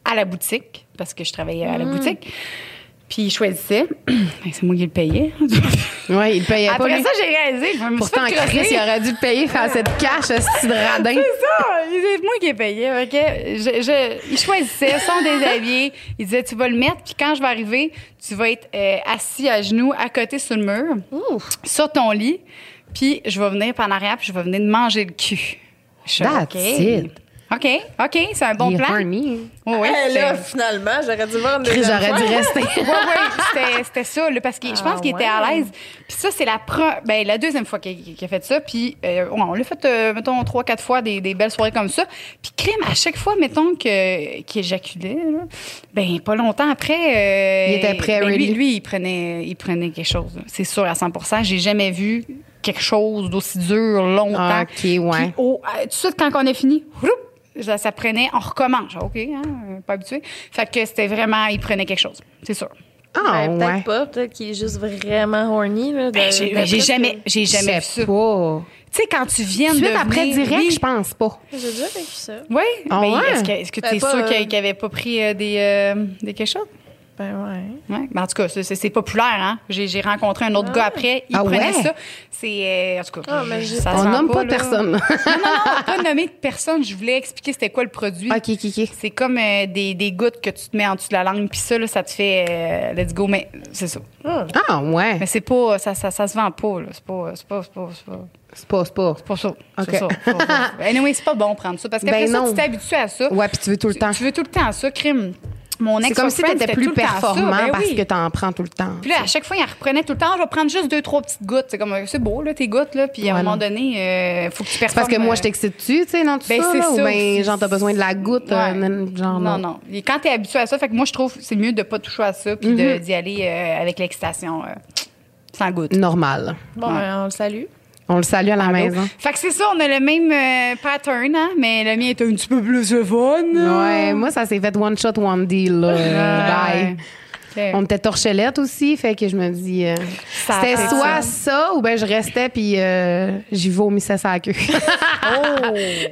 Speaker 1: à la boutique, parce que je travaillais à la
Speaker 3: Mm.
Speaker 1: boutique. Puis il choisissait. Ben, C'est moi qui le payais.
Speaker 3: Ouais, il payait pas.
Speaker 1: Après
Speaker 3: lui.
Speaker 1: ça, j'ai réalisé. Je me suis
Speaker 3: Pourtant,
Speaker 1: fait
Speaker 3: Chris,
Speaker 1: crosser.
Speaker 3: il aurait dû le payer faire cette cache, ce petit radin.
Speaker 1: C'est ça! C'est moi qui ai payé. OK? Je, je- il choisissait son déshabillé. Il disait, tu vas le mettre, puis quand je vais arriver, tu vas être euh, assis à genoux, à côté sur le mur, sur ton lit, puis je vais venir par en arrière, puis je vais venir te manger le cul. Je suis OK.
Speaker 3: That's it.
Speaker 1: OK, OK, c'est un bon
Speaker 3: Il est
Speaker 1: plan.
Speaker 3: horny.
Speaker 1: Oui, oui,
Speaker 2: Eh là,
Speaker 1: c'est-
Speaker 2: finalement, j'aurais dû voir une
Speaker 3: Chris,
Speaker 2: deuxième
Speaker 3: j'aurais
Speaker 2: fois.
Speaker 3: dû rester.
Speaker 1: Ouais, ouais, c'était- c'était ça, là, parce que je pense
Speaker 2: Ah,
Speaker 1: qu'il était à
Speaker 2: ouais.
Speaker 1: l'aise. Puis ça, c'est la, pre- ben, la deuxième fois qu'il qu'il a fait ça. Puis euh, on l'a fait, euh, mettons, trois, quatre fois des, des belles soirées comme ça. Puis crime, à chaque fois, mettons, que- qu'il éjaculait, là, ben, pas longtemps après. euh,
Speaker 3: Il était prêt,
Speaker 1: ben, lui,
Speaker 3: really.
Speaker 1: lui, il prenait, il prenait quelque chose. là. C'est sûr, à 100 J'ai jamais vu quelque chose d'aussi dur longtemps.
Speaker 3: Ah, OK, ouais.
Speaker 1: Puis, au- euh, tout de suite, quand on a fini, roup, ça, ça prenait, on recommence. Genre, OK, hein, euh, pas habitué. Fait que c'était vraiment, il prenait quelque chose, c'est sûr.
Speaker 3: Ah,
Speaker 2: Ben, peut-être
Speaker 3: ouais.
Speaker 2: pas. Peut-être qu'il est juste vraiment horny. Là, de-
Speaker 1: Ben, j'ai
Speaker 2: de-
Speaker 1: ben, j'ai
Speaker 2: de-
Speaker 1: jamais, j'ai jamais vu
Speaker 3: Je
Speaker 1: ça.
Speaker 3: sais
Speaker 1: Tu
Speaker 3: pas.
Speaker 1: sais, quand tu viens de.
Speaker 3: Suite après
Speaker 1: venir-
Speaker 3: direct,
Speaker 1: oui.
Speaker 3: je pense pas.
Speaker 2: J'ai déjà vécu ça.
Speaker 1: Oui,
Speaker 3: Ah
Speaker 1: mais
Speaker 3: ouais?
Speaker 1: est-ce que est-ce que tu
Speaker 2: Ben,
Speaker 1: es
Speaker 2: pas,
Speaker 1: sûr
Speaker 2: euh,
Speaker 1: qu'il qu'il avait pas pris euh, des, euh, des quelque chose?
Speaker 2: Ben ouais.
Speaker 1: Ouais. Ben, en tout cas, c'est- c'est c'est populaire. Hein? J'ai j'ai rencontré un autre gars après, il
Speaker 3: Ah
Speaker 1: prenait
Speaker 3: ouais?
Speaker 1: ça. C'est. euh, en tout cas,
Speaker 2: Ah, mais j'ai-
Speaker 1: ça se
Speaker 3: On
Speaker 1: vend
Speaker 3: nomme pas,
Speaker 1: là.
Speaker 3: personne.
Speaker 1: Non, non, non, on va pas nommer de personne. Je voulais expliquer c'était quoi le produit.
Speaker 3: OK, OK, OK.
Speaker 1: C'est comme euh, des, des gouttes que tu te mets en dessous de la langue, puis ça, là, ça te fait euh, let's go, mais c'est ça.
Speaker 3: Ah, ouais.
Speaker 1: Mais c'est pas, ça, ça, ça se vend pas, là. C'est pas, c'est pas, c'est pas, c'est pas.
Speaker 3: C'est pas, c'est pas.
Speaker 1: C'est Pas ça.
Speaker 3: OK.
Speaker 1: C'est ça. C'est pas- c'est pas- Anyway, c'est pas bon prendre ça parce qu'après
Speaker 3: Ben
Speaker 1: ça,
Speaker 3: non.
Speaker 1: tu t'es habitué à ça.
Speaker 3: Ouais, puis tu veux tout le
Speaker 1: Tu-
Speaker 3: temps.
Speaker 1: Tu veux tout le temps ça, crime. Mon
Speaker 3: C'est
Speaker 1: ex
Speaker 3: comme si t'étais plus performant parce que t'en prends tout le temps.
Speaker 1: Ben Puis là, à chaque fois, il en reprenait tout le temps. Ah, Je vais prendre juste deux, trois petites gouttes. C'est comme, euh, c'est beau, là, tes gouttes, là. Puis à un
Speaker 3: Ouais,
Speaker 1: moment
Speaker 3: non.
Speaker 1: donné, euh, faut que tu
Speaker 3: C'est
Speaker 1: performes.
Speaker 3: parce que moi, je
Speaker 1: euh,
Speaker 3: t'excite tu tu sais, non, tout
Speaker 1: ben,
Speaker 3: ça,
Speaker 1: c'est
Speaker 3: là,
Speaker 1: ça
Speaker 3: ou ben,
Speaker 1: aussi.
Speaker 3: genre, t'as besoin de la goutte, euh,
Speaker 1: Ouais.
Speaker 3: nan- genre,
Speaker 1: non, non. Et quand t'es habitué à ça, fait que moi, je trouve que c'est mieux de pas toucher à ça puis de-
Speaker 3: Mhm.
Speaker 1: d'y aller euh, avec l'excitation euh, sans goutte.
Speaker 3: Normal.
Speaker 2: Bon, ben, on le salue.
Speaker 3: On le salue à la
Speaker 1: Allô?
Speaker 3: maison.
Speaker 1: Fait que c'est ça, on a le même euh, pattern, hein, mais le mien est un petit peu plus le fun.
Speaker 3: Ouais, moi, ça s'est fait one shot, one deal, là. Euh, Bye.
Speaker 1: Ouais.
Speaker 3: On était torchelettes aussi, fait que je me dis, euh,
Speaker 1: Ça
Speaker 3: c'était
Speaker 1: fait
Speaker 3: soit ça. ou ben je restais puis euh, j'y vomissais sa queue.
Speaker 1: Oh! Ouais,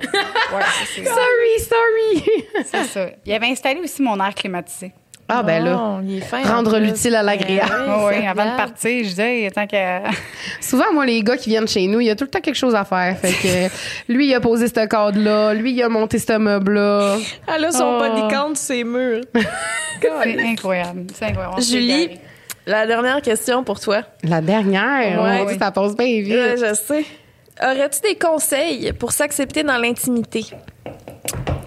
Speaker 1: c'est ça.
Speaker 3: sorry, sorry.
Speaker 1: C'est ça. Il avait installé aussi mon air climatisé.
Speaker 3: ah ben là,
Speaker 2: Bon, il est fin,
Speaker 3: Rendre
Speaker 2: en plus.
Speaker 3: l'utile à Ah l'agréable.
Speaker 2: Ben
Speaker 1: Oh,
Speaker 2: oui,
Speaker 1: oui,
Speaker 2: c'est
Speaker 1: avant de
Speaker 2: clair.
Speaker 1: partir, je disais, tant que.
Speaker 3: souvent moi les gars qui viennent chez nous, il y a tout le temps quelque chose à faire. Fait que euh, lui il a posé ce cadre là, lui il a monté ce meuble là.
Speaker 2: Elle a
Speaker 1: Oh.
Speaker 2: son bodycount sur ses murs.
Speaker 1: C'est incroyable. C'est incroyable. On s'est
Speaker 2: Julie,
Speaker 1: égarés.
Speaker 2: la dernière question pour toi.
Speaker 3: La dernière,
Speaker 2: Ouais,
Speaker 3: mon Dieu,
Speaker 1: oui.
Speaker 3: ça passe bien vite.
Speaker 2: Euh, je sais. Aurais-tu des conseils pour s'accepter dans l'intimité?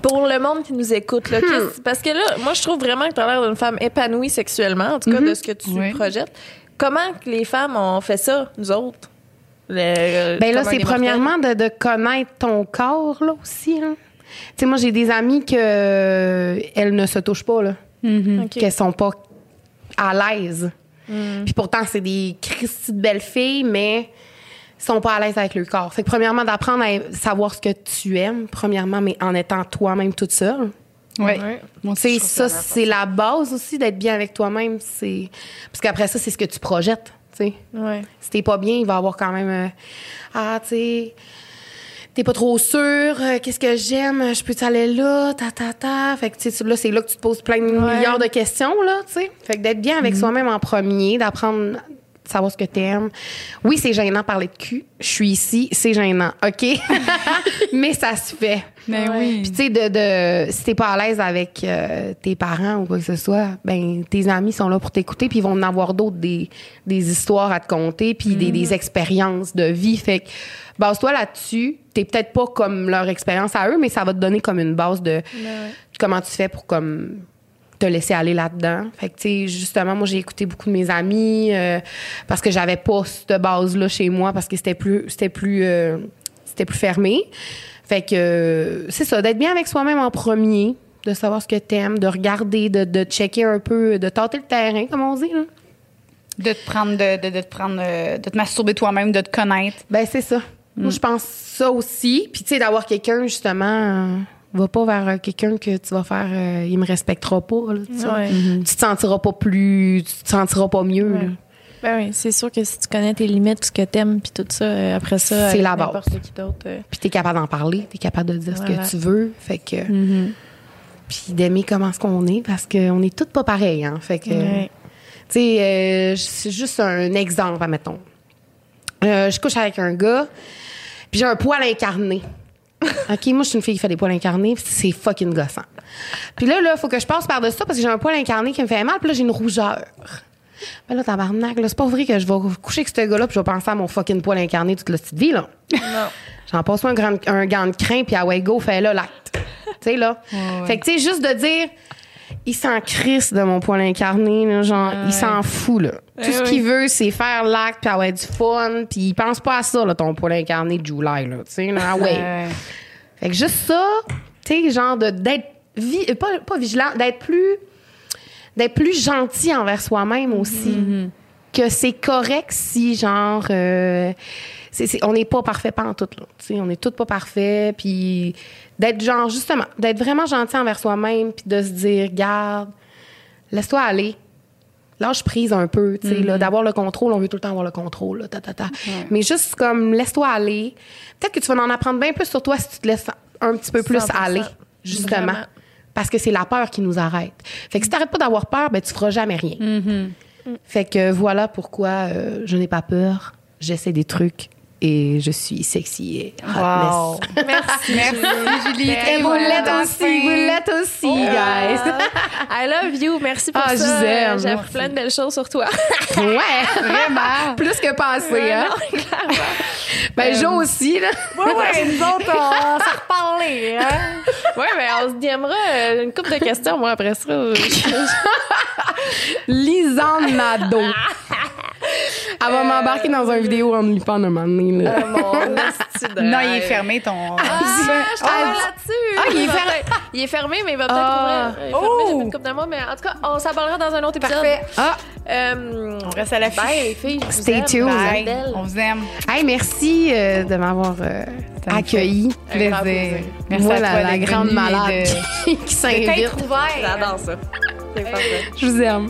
Speaker 2: Pour le monde qui nous écoute,
Speaker 3: Hmm.
Speaker 2: là, qu'est-ce- parce que là, moi, je trouve vraiment que tu as l'air d'une femme épanouie sexuellement, en tout cas
Speaker 3: Mhm.
Speaker 2: de ce que tu
Speaker 1: Oui.
Speaker 2: projettes. Comment que les femmes ont fait ça, nous autres? Le- euh,
Speaker 3: Ben là,
Speaker 2: comme
Speaker 3: c'est
Speaker 2: un immortel?
Speaker 3: premièrement de, de connaître ton corps, là, aussi. hein. Tu sais, moi, j'ai des amies que euh, elles ne se touchent pas, là.
Speaker 2: Ok.
Speaker 3: Qu'elles sont pas à l'aise. Puis pourtant, c'est des Christy de belles filles, mais sont pas à l'aise avec leur corps. Fait que premièrement, d'apprendre à savoir ce que tu aimes, premièrement, mais en étant toi-même toute seule.
Speaker 1: Ouais.
Speaker 2: Ouais.
Speaker 1: Moi
Speaker 3: Tu sais,
Speaker 1: aussi, je trouve
Speaker 3: ça,
Speaker 1: vraiment
Speaker 3: c'est la base aussi d'être bien avec toi-même. C'est... Parce qu'après ça, c'est ce que tu projettes, tu sais.
Speaker 2: Ouais.
Speaker 3: Si t'es pas bien, il va y avoir quand même. euh, ah, tu sais. T'es pas trop sûr, euh, qu'est-ce que j'aime, je peux aller là, ta ta ta. Fait que tu sais, là c'est là que tu te poses plein de
Speaker 2: Ouais.
Speaker 3: milliards de questions là, tu sais. Fait que d'être bien avec soi-même en premier, d'apprendre de savoir ce que t'aimes. Oui, c'est gênant de parler de cul. Je suis ici, c'est gênant. OK. Mais ça se fait.
Speaker 1: Mais oui.
Speaker 3: Puis tu sais de, de si t'es pas à l'aise avec euh, tes parents ou quoi que ce soit, ben tes amis sont là pour t'écouter puis ils vont en avoir d'autres des, des histoires à te conter puis des,
Speaker 1: Mm.
Speaker 3: des expériences de vie fait que base-toi là-dessus, t'es peut-être pas comme leur expérience à eux mais ça va te donner comme une base de
Speaker 1: Ben
Speaker 3: comment tu fais pour comme te laisser aller là-dedans. Fait que, tu sais, justement, moi, j'ai écouté beaucoup de mes amis euh, parce que j'avais pas cette base-là chez moi parce que c'était plus, c'était plus, euh, c'était plus fermé. Fait que, euh, c'est ça, d'être bien avec soi-même en premier, de savoir ce que t'aimes, de regarder, de, de checker un peu, de tâter le terrain, comme on dit, là.
Speaker 1: De te prendre, de, de, de te prendre, euh, de te masturber toi-même, de te connaître.
Speaker 3: Ben, c'est ça. Moi, je pense ça aussi. Puis, tu sais, d'avoir quelqu'un, justement, euh, va pas vers euh, quelqu'un que tu vas faire, euh, il me respectera pas, là, tu sais.
Speaker 2: Ouais.
Speaker 3: Tu te sentiras pas plus, tu te sentiras pas mieux, là.
Speaker 2: Ben oui, c'est sûr que si tu connais tes limites, ce que t'aimes, puis tout ça, euh, après ça,
Speaker 3: C'est
Speaker 2: avec
Speaker 3: la base.
Speaker 2: n'importe qui d'autre. euh,
Speaker 3: Puis t'es capable d'en parler, t'es capable de dire ce
Speaker 2: Voilà. Mhm.
Speaker 3: que tu veux, fait que puis d'aimer comment ce qu'on est parce qu'on est toutes pas pareilles, hein. Fait que
Speaker 2: Ouais.
Speaker 3: tu sais, euh, c'est juste un exemple, admettons. Euh, je couche avec un gars, puis j'ai un poil incarné. OK, moi, je suis une fille qui fait des poils incarnés, puis c'est fucking gossant. Puis là, là, faut que je passe par-dessus ça parce que j'ai un poil incarné qui me fait mal, puis là, j'ai une rougeur. Ben là, tabarnak, là, c'est pas vrai que je vais coucher avec ce gars-là, puis je vais penser à mon fucking poil incarné toute la petite vie, là.
Speaker 2: Non.
Speaker 3: J'en passe moi un, grand, un gant de crin, puis à Wego, fait là, l'acte. tu sais, là.
Speaker 1: ouais.
Speaker 3: Fait que, tu sais, juste de dire, il s'en crisse de mon poil incarné, là, genre, il s'en fout, là.
Speaker 1: Eh
Speaker 3: Tout ce
Speaker 2: ouais.
Speaker 3: qu'il veut, c'est faire l'acte, puis avoir du fun, puis il pense pas à ça, là, ton poil incarné de July, là. Tu sais, là, ah ouais.
Speaker 1: Euh,
Speaker 3: Fait que juste ça, tu sais, genre, de- d'être. vi- euh, pas, pas vigilant, d'être plus. d'être plus gentil envers soi-même aussi.
Speaker 1: Mm-hmm.
Speaker 3: Que c'est correct si, genre. euh, c'est- c'est- on n'est pas parfait pas en tout, là. Tu sais, on est toutes pas parfaits. Puis d'être, genre, justement, d'être vraiment gentil envers soi-même, puis de se dire, garde, laisse-toi aller. Lâche prise un peu, tu sais, là, d'avoir le contrôle, on veut tout le temps avoir le contrôle, là, ta, ta, ta. Mais juste comme, laisse-toi aller. Peut-être que tu vas en apprendre bien plus sur toi si tu te laisses un petit peu plus
Speaker 2: 100%.
Speaker 3: aller, justement.
Speaker 2: Vraiment.
Speaker 3: Parce que c'est la peur qui nous arrête. Fait que si t'arrêtes pas d'avoir peur, ben, tu feras jamais rien. Fait que voilà pourquoi euh, je n'ai pas peur, j'essaie des trucs et je suis sexy et hotness.
Speaker 1: wow. Merci, Merci, Julie.
Speaker 3: Et
Speaker 1: Très
Speaker 3: vous
Speaker 1: bonne
Speaker 3: l'êtes
Speaker 1: la
Speaker 3: aussi,
Speaker 1: fin.
Speaker 3: vous l'êtes aussi, guys.
Speaker 2: I love you. Merci pour
Speaker 3: Ah,
Speaker 2: ça. euh,
Speaker 3: je vous aime.
Speaker 2: J'ai appris plein de belles choses sur toi.
Speaker 3: Ouais,
Speaker 1: Vraiment.
Speaker 3: plus que passé, hein. Ben, Jo aussi, là.
Speaker 1: Oui, oui, nous autres, on s'est reparlé. Hein?
Speaker 2: ouais, mais on se diamera une couple de questions, moi, après ça.
Speaker 3: Lisanne Nadeau. Elle va m'embarquer dans une vidéo en me lipant un moment donné, là.
Speaker 2: mon
Speaker 1: Non, il est fermé ton.
Speaker 2: je t'en
Speaker 3: Ah,
Speaker 2: vais là-dessus.
Speaker 3: ah, il est
Speaker 2: va
Speaker 3: fermé.
Speaker 2: peut-être- Il est fermé, mais il va peut-être
Speaker 3: Ah.
Speaker 2: ouvrir. Il est
Speaker 1: Oh.
Speaker 2: fermé depuis une couple de mois, mais en tout cas, on s'en parlera dans un autre épisode.
Speaker 1: Parfait.
Speaker 3: Ah,
Speaker 2: Euh,
Speaker 1: On reste à l'affût.
Speaker 2: Bye, les filles. je vous
Speaker 3: Stay
Speaker 2: aime.
Speaker 3: tuned.
Speaker 2: Bye.
Speaker 1: Bye. On vous aime.
Speaker 3: hey, merci euh, de m'avoir euh,
Speaker 1: Ça me
Speaker 3: accueilli.
Speaker 2: Un grand
Speaker 1: Plaisir.
Speaker 2: plaisir.
Speaker 1: Merci
Speaker 3: Voilà,
Speaker 1: à toi
Speaker 3: la
Speaker 1: d'être
Speaker 3: grande
Speaker 1: venue et
Speaker 3: malade
Speaker 1: de-
Speaker 3: qui, qui s'invite.
Speaker 2: J'adore ça. C'est parfait.
Speaker 3: Je vous aime.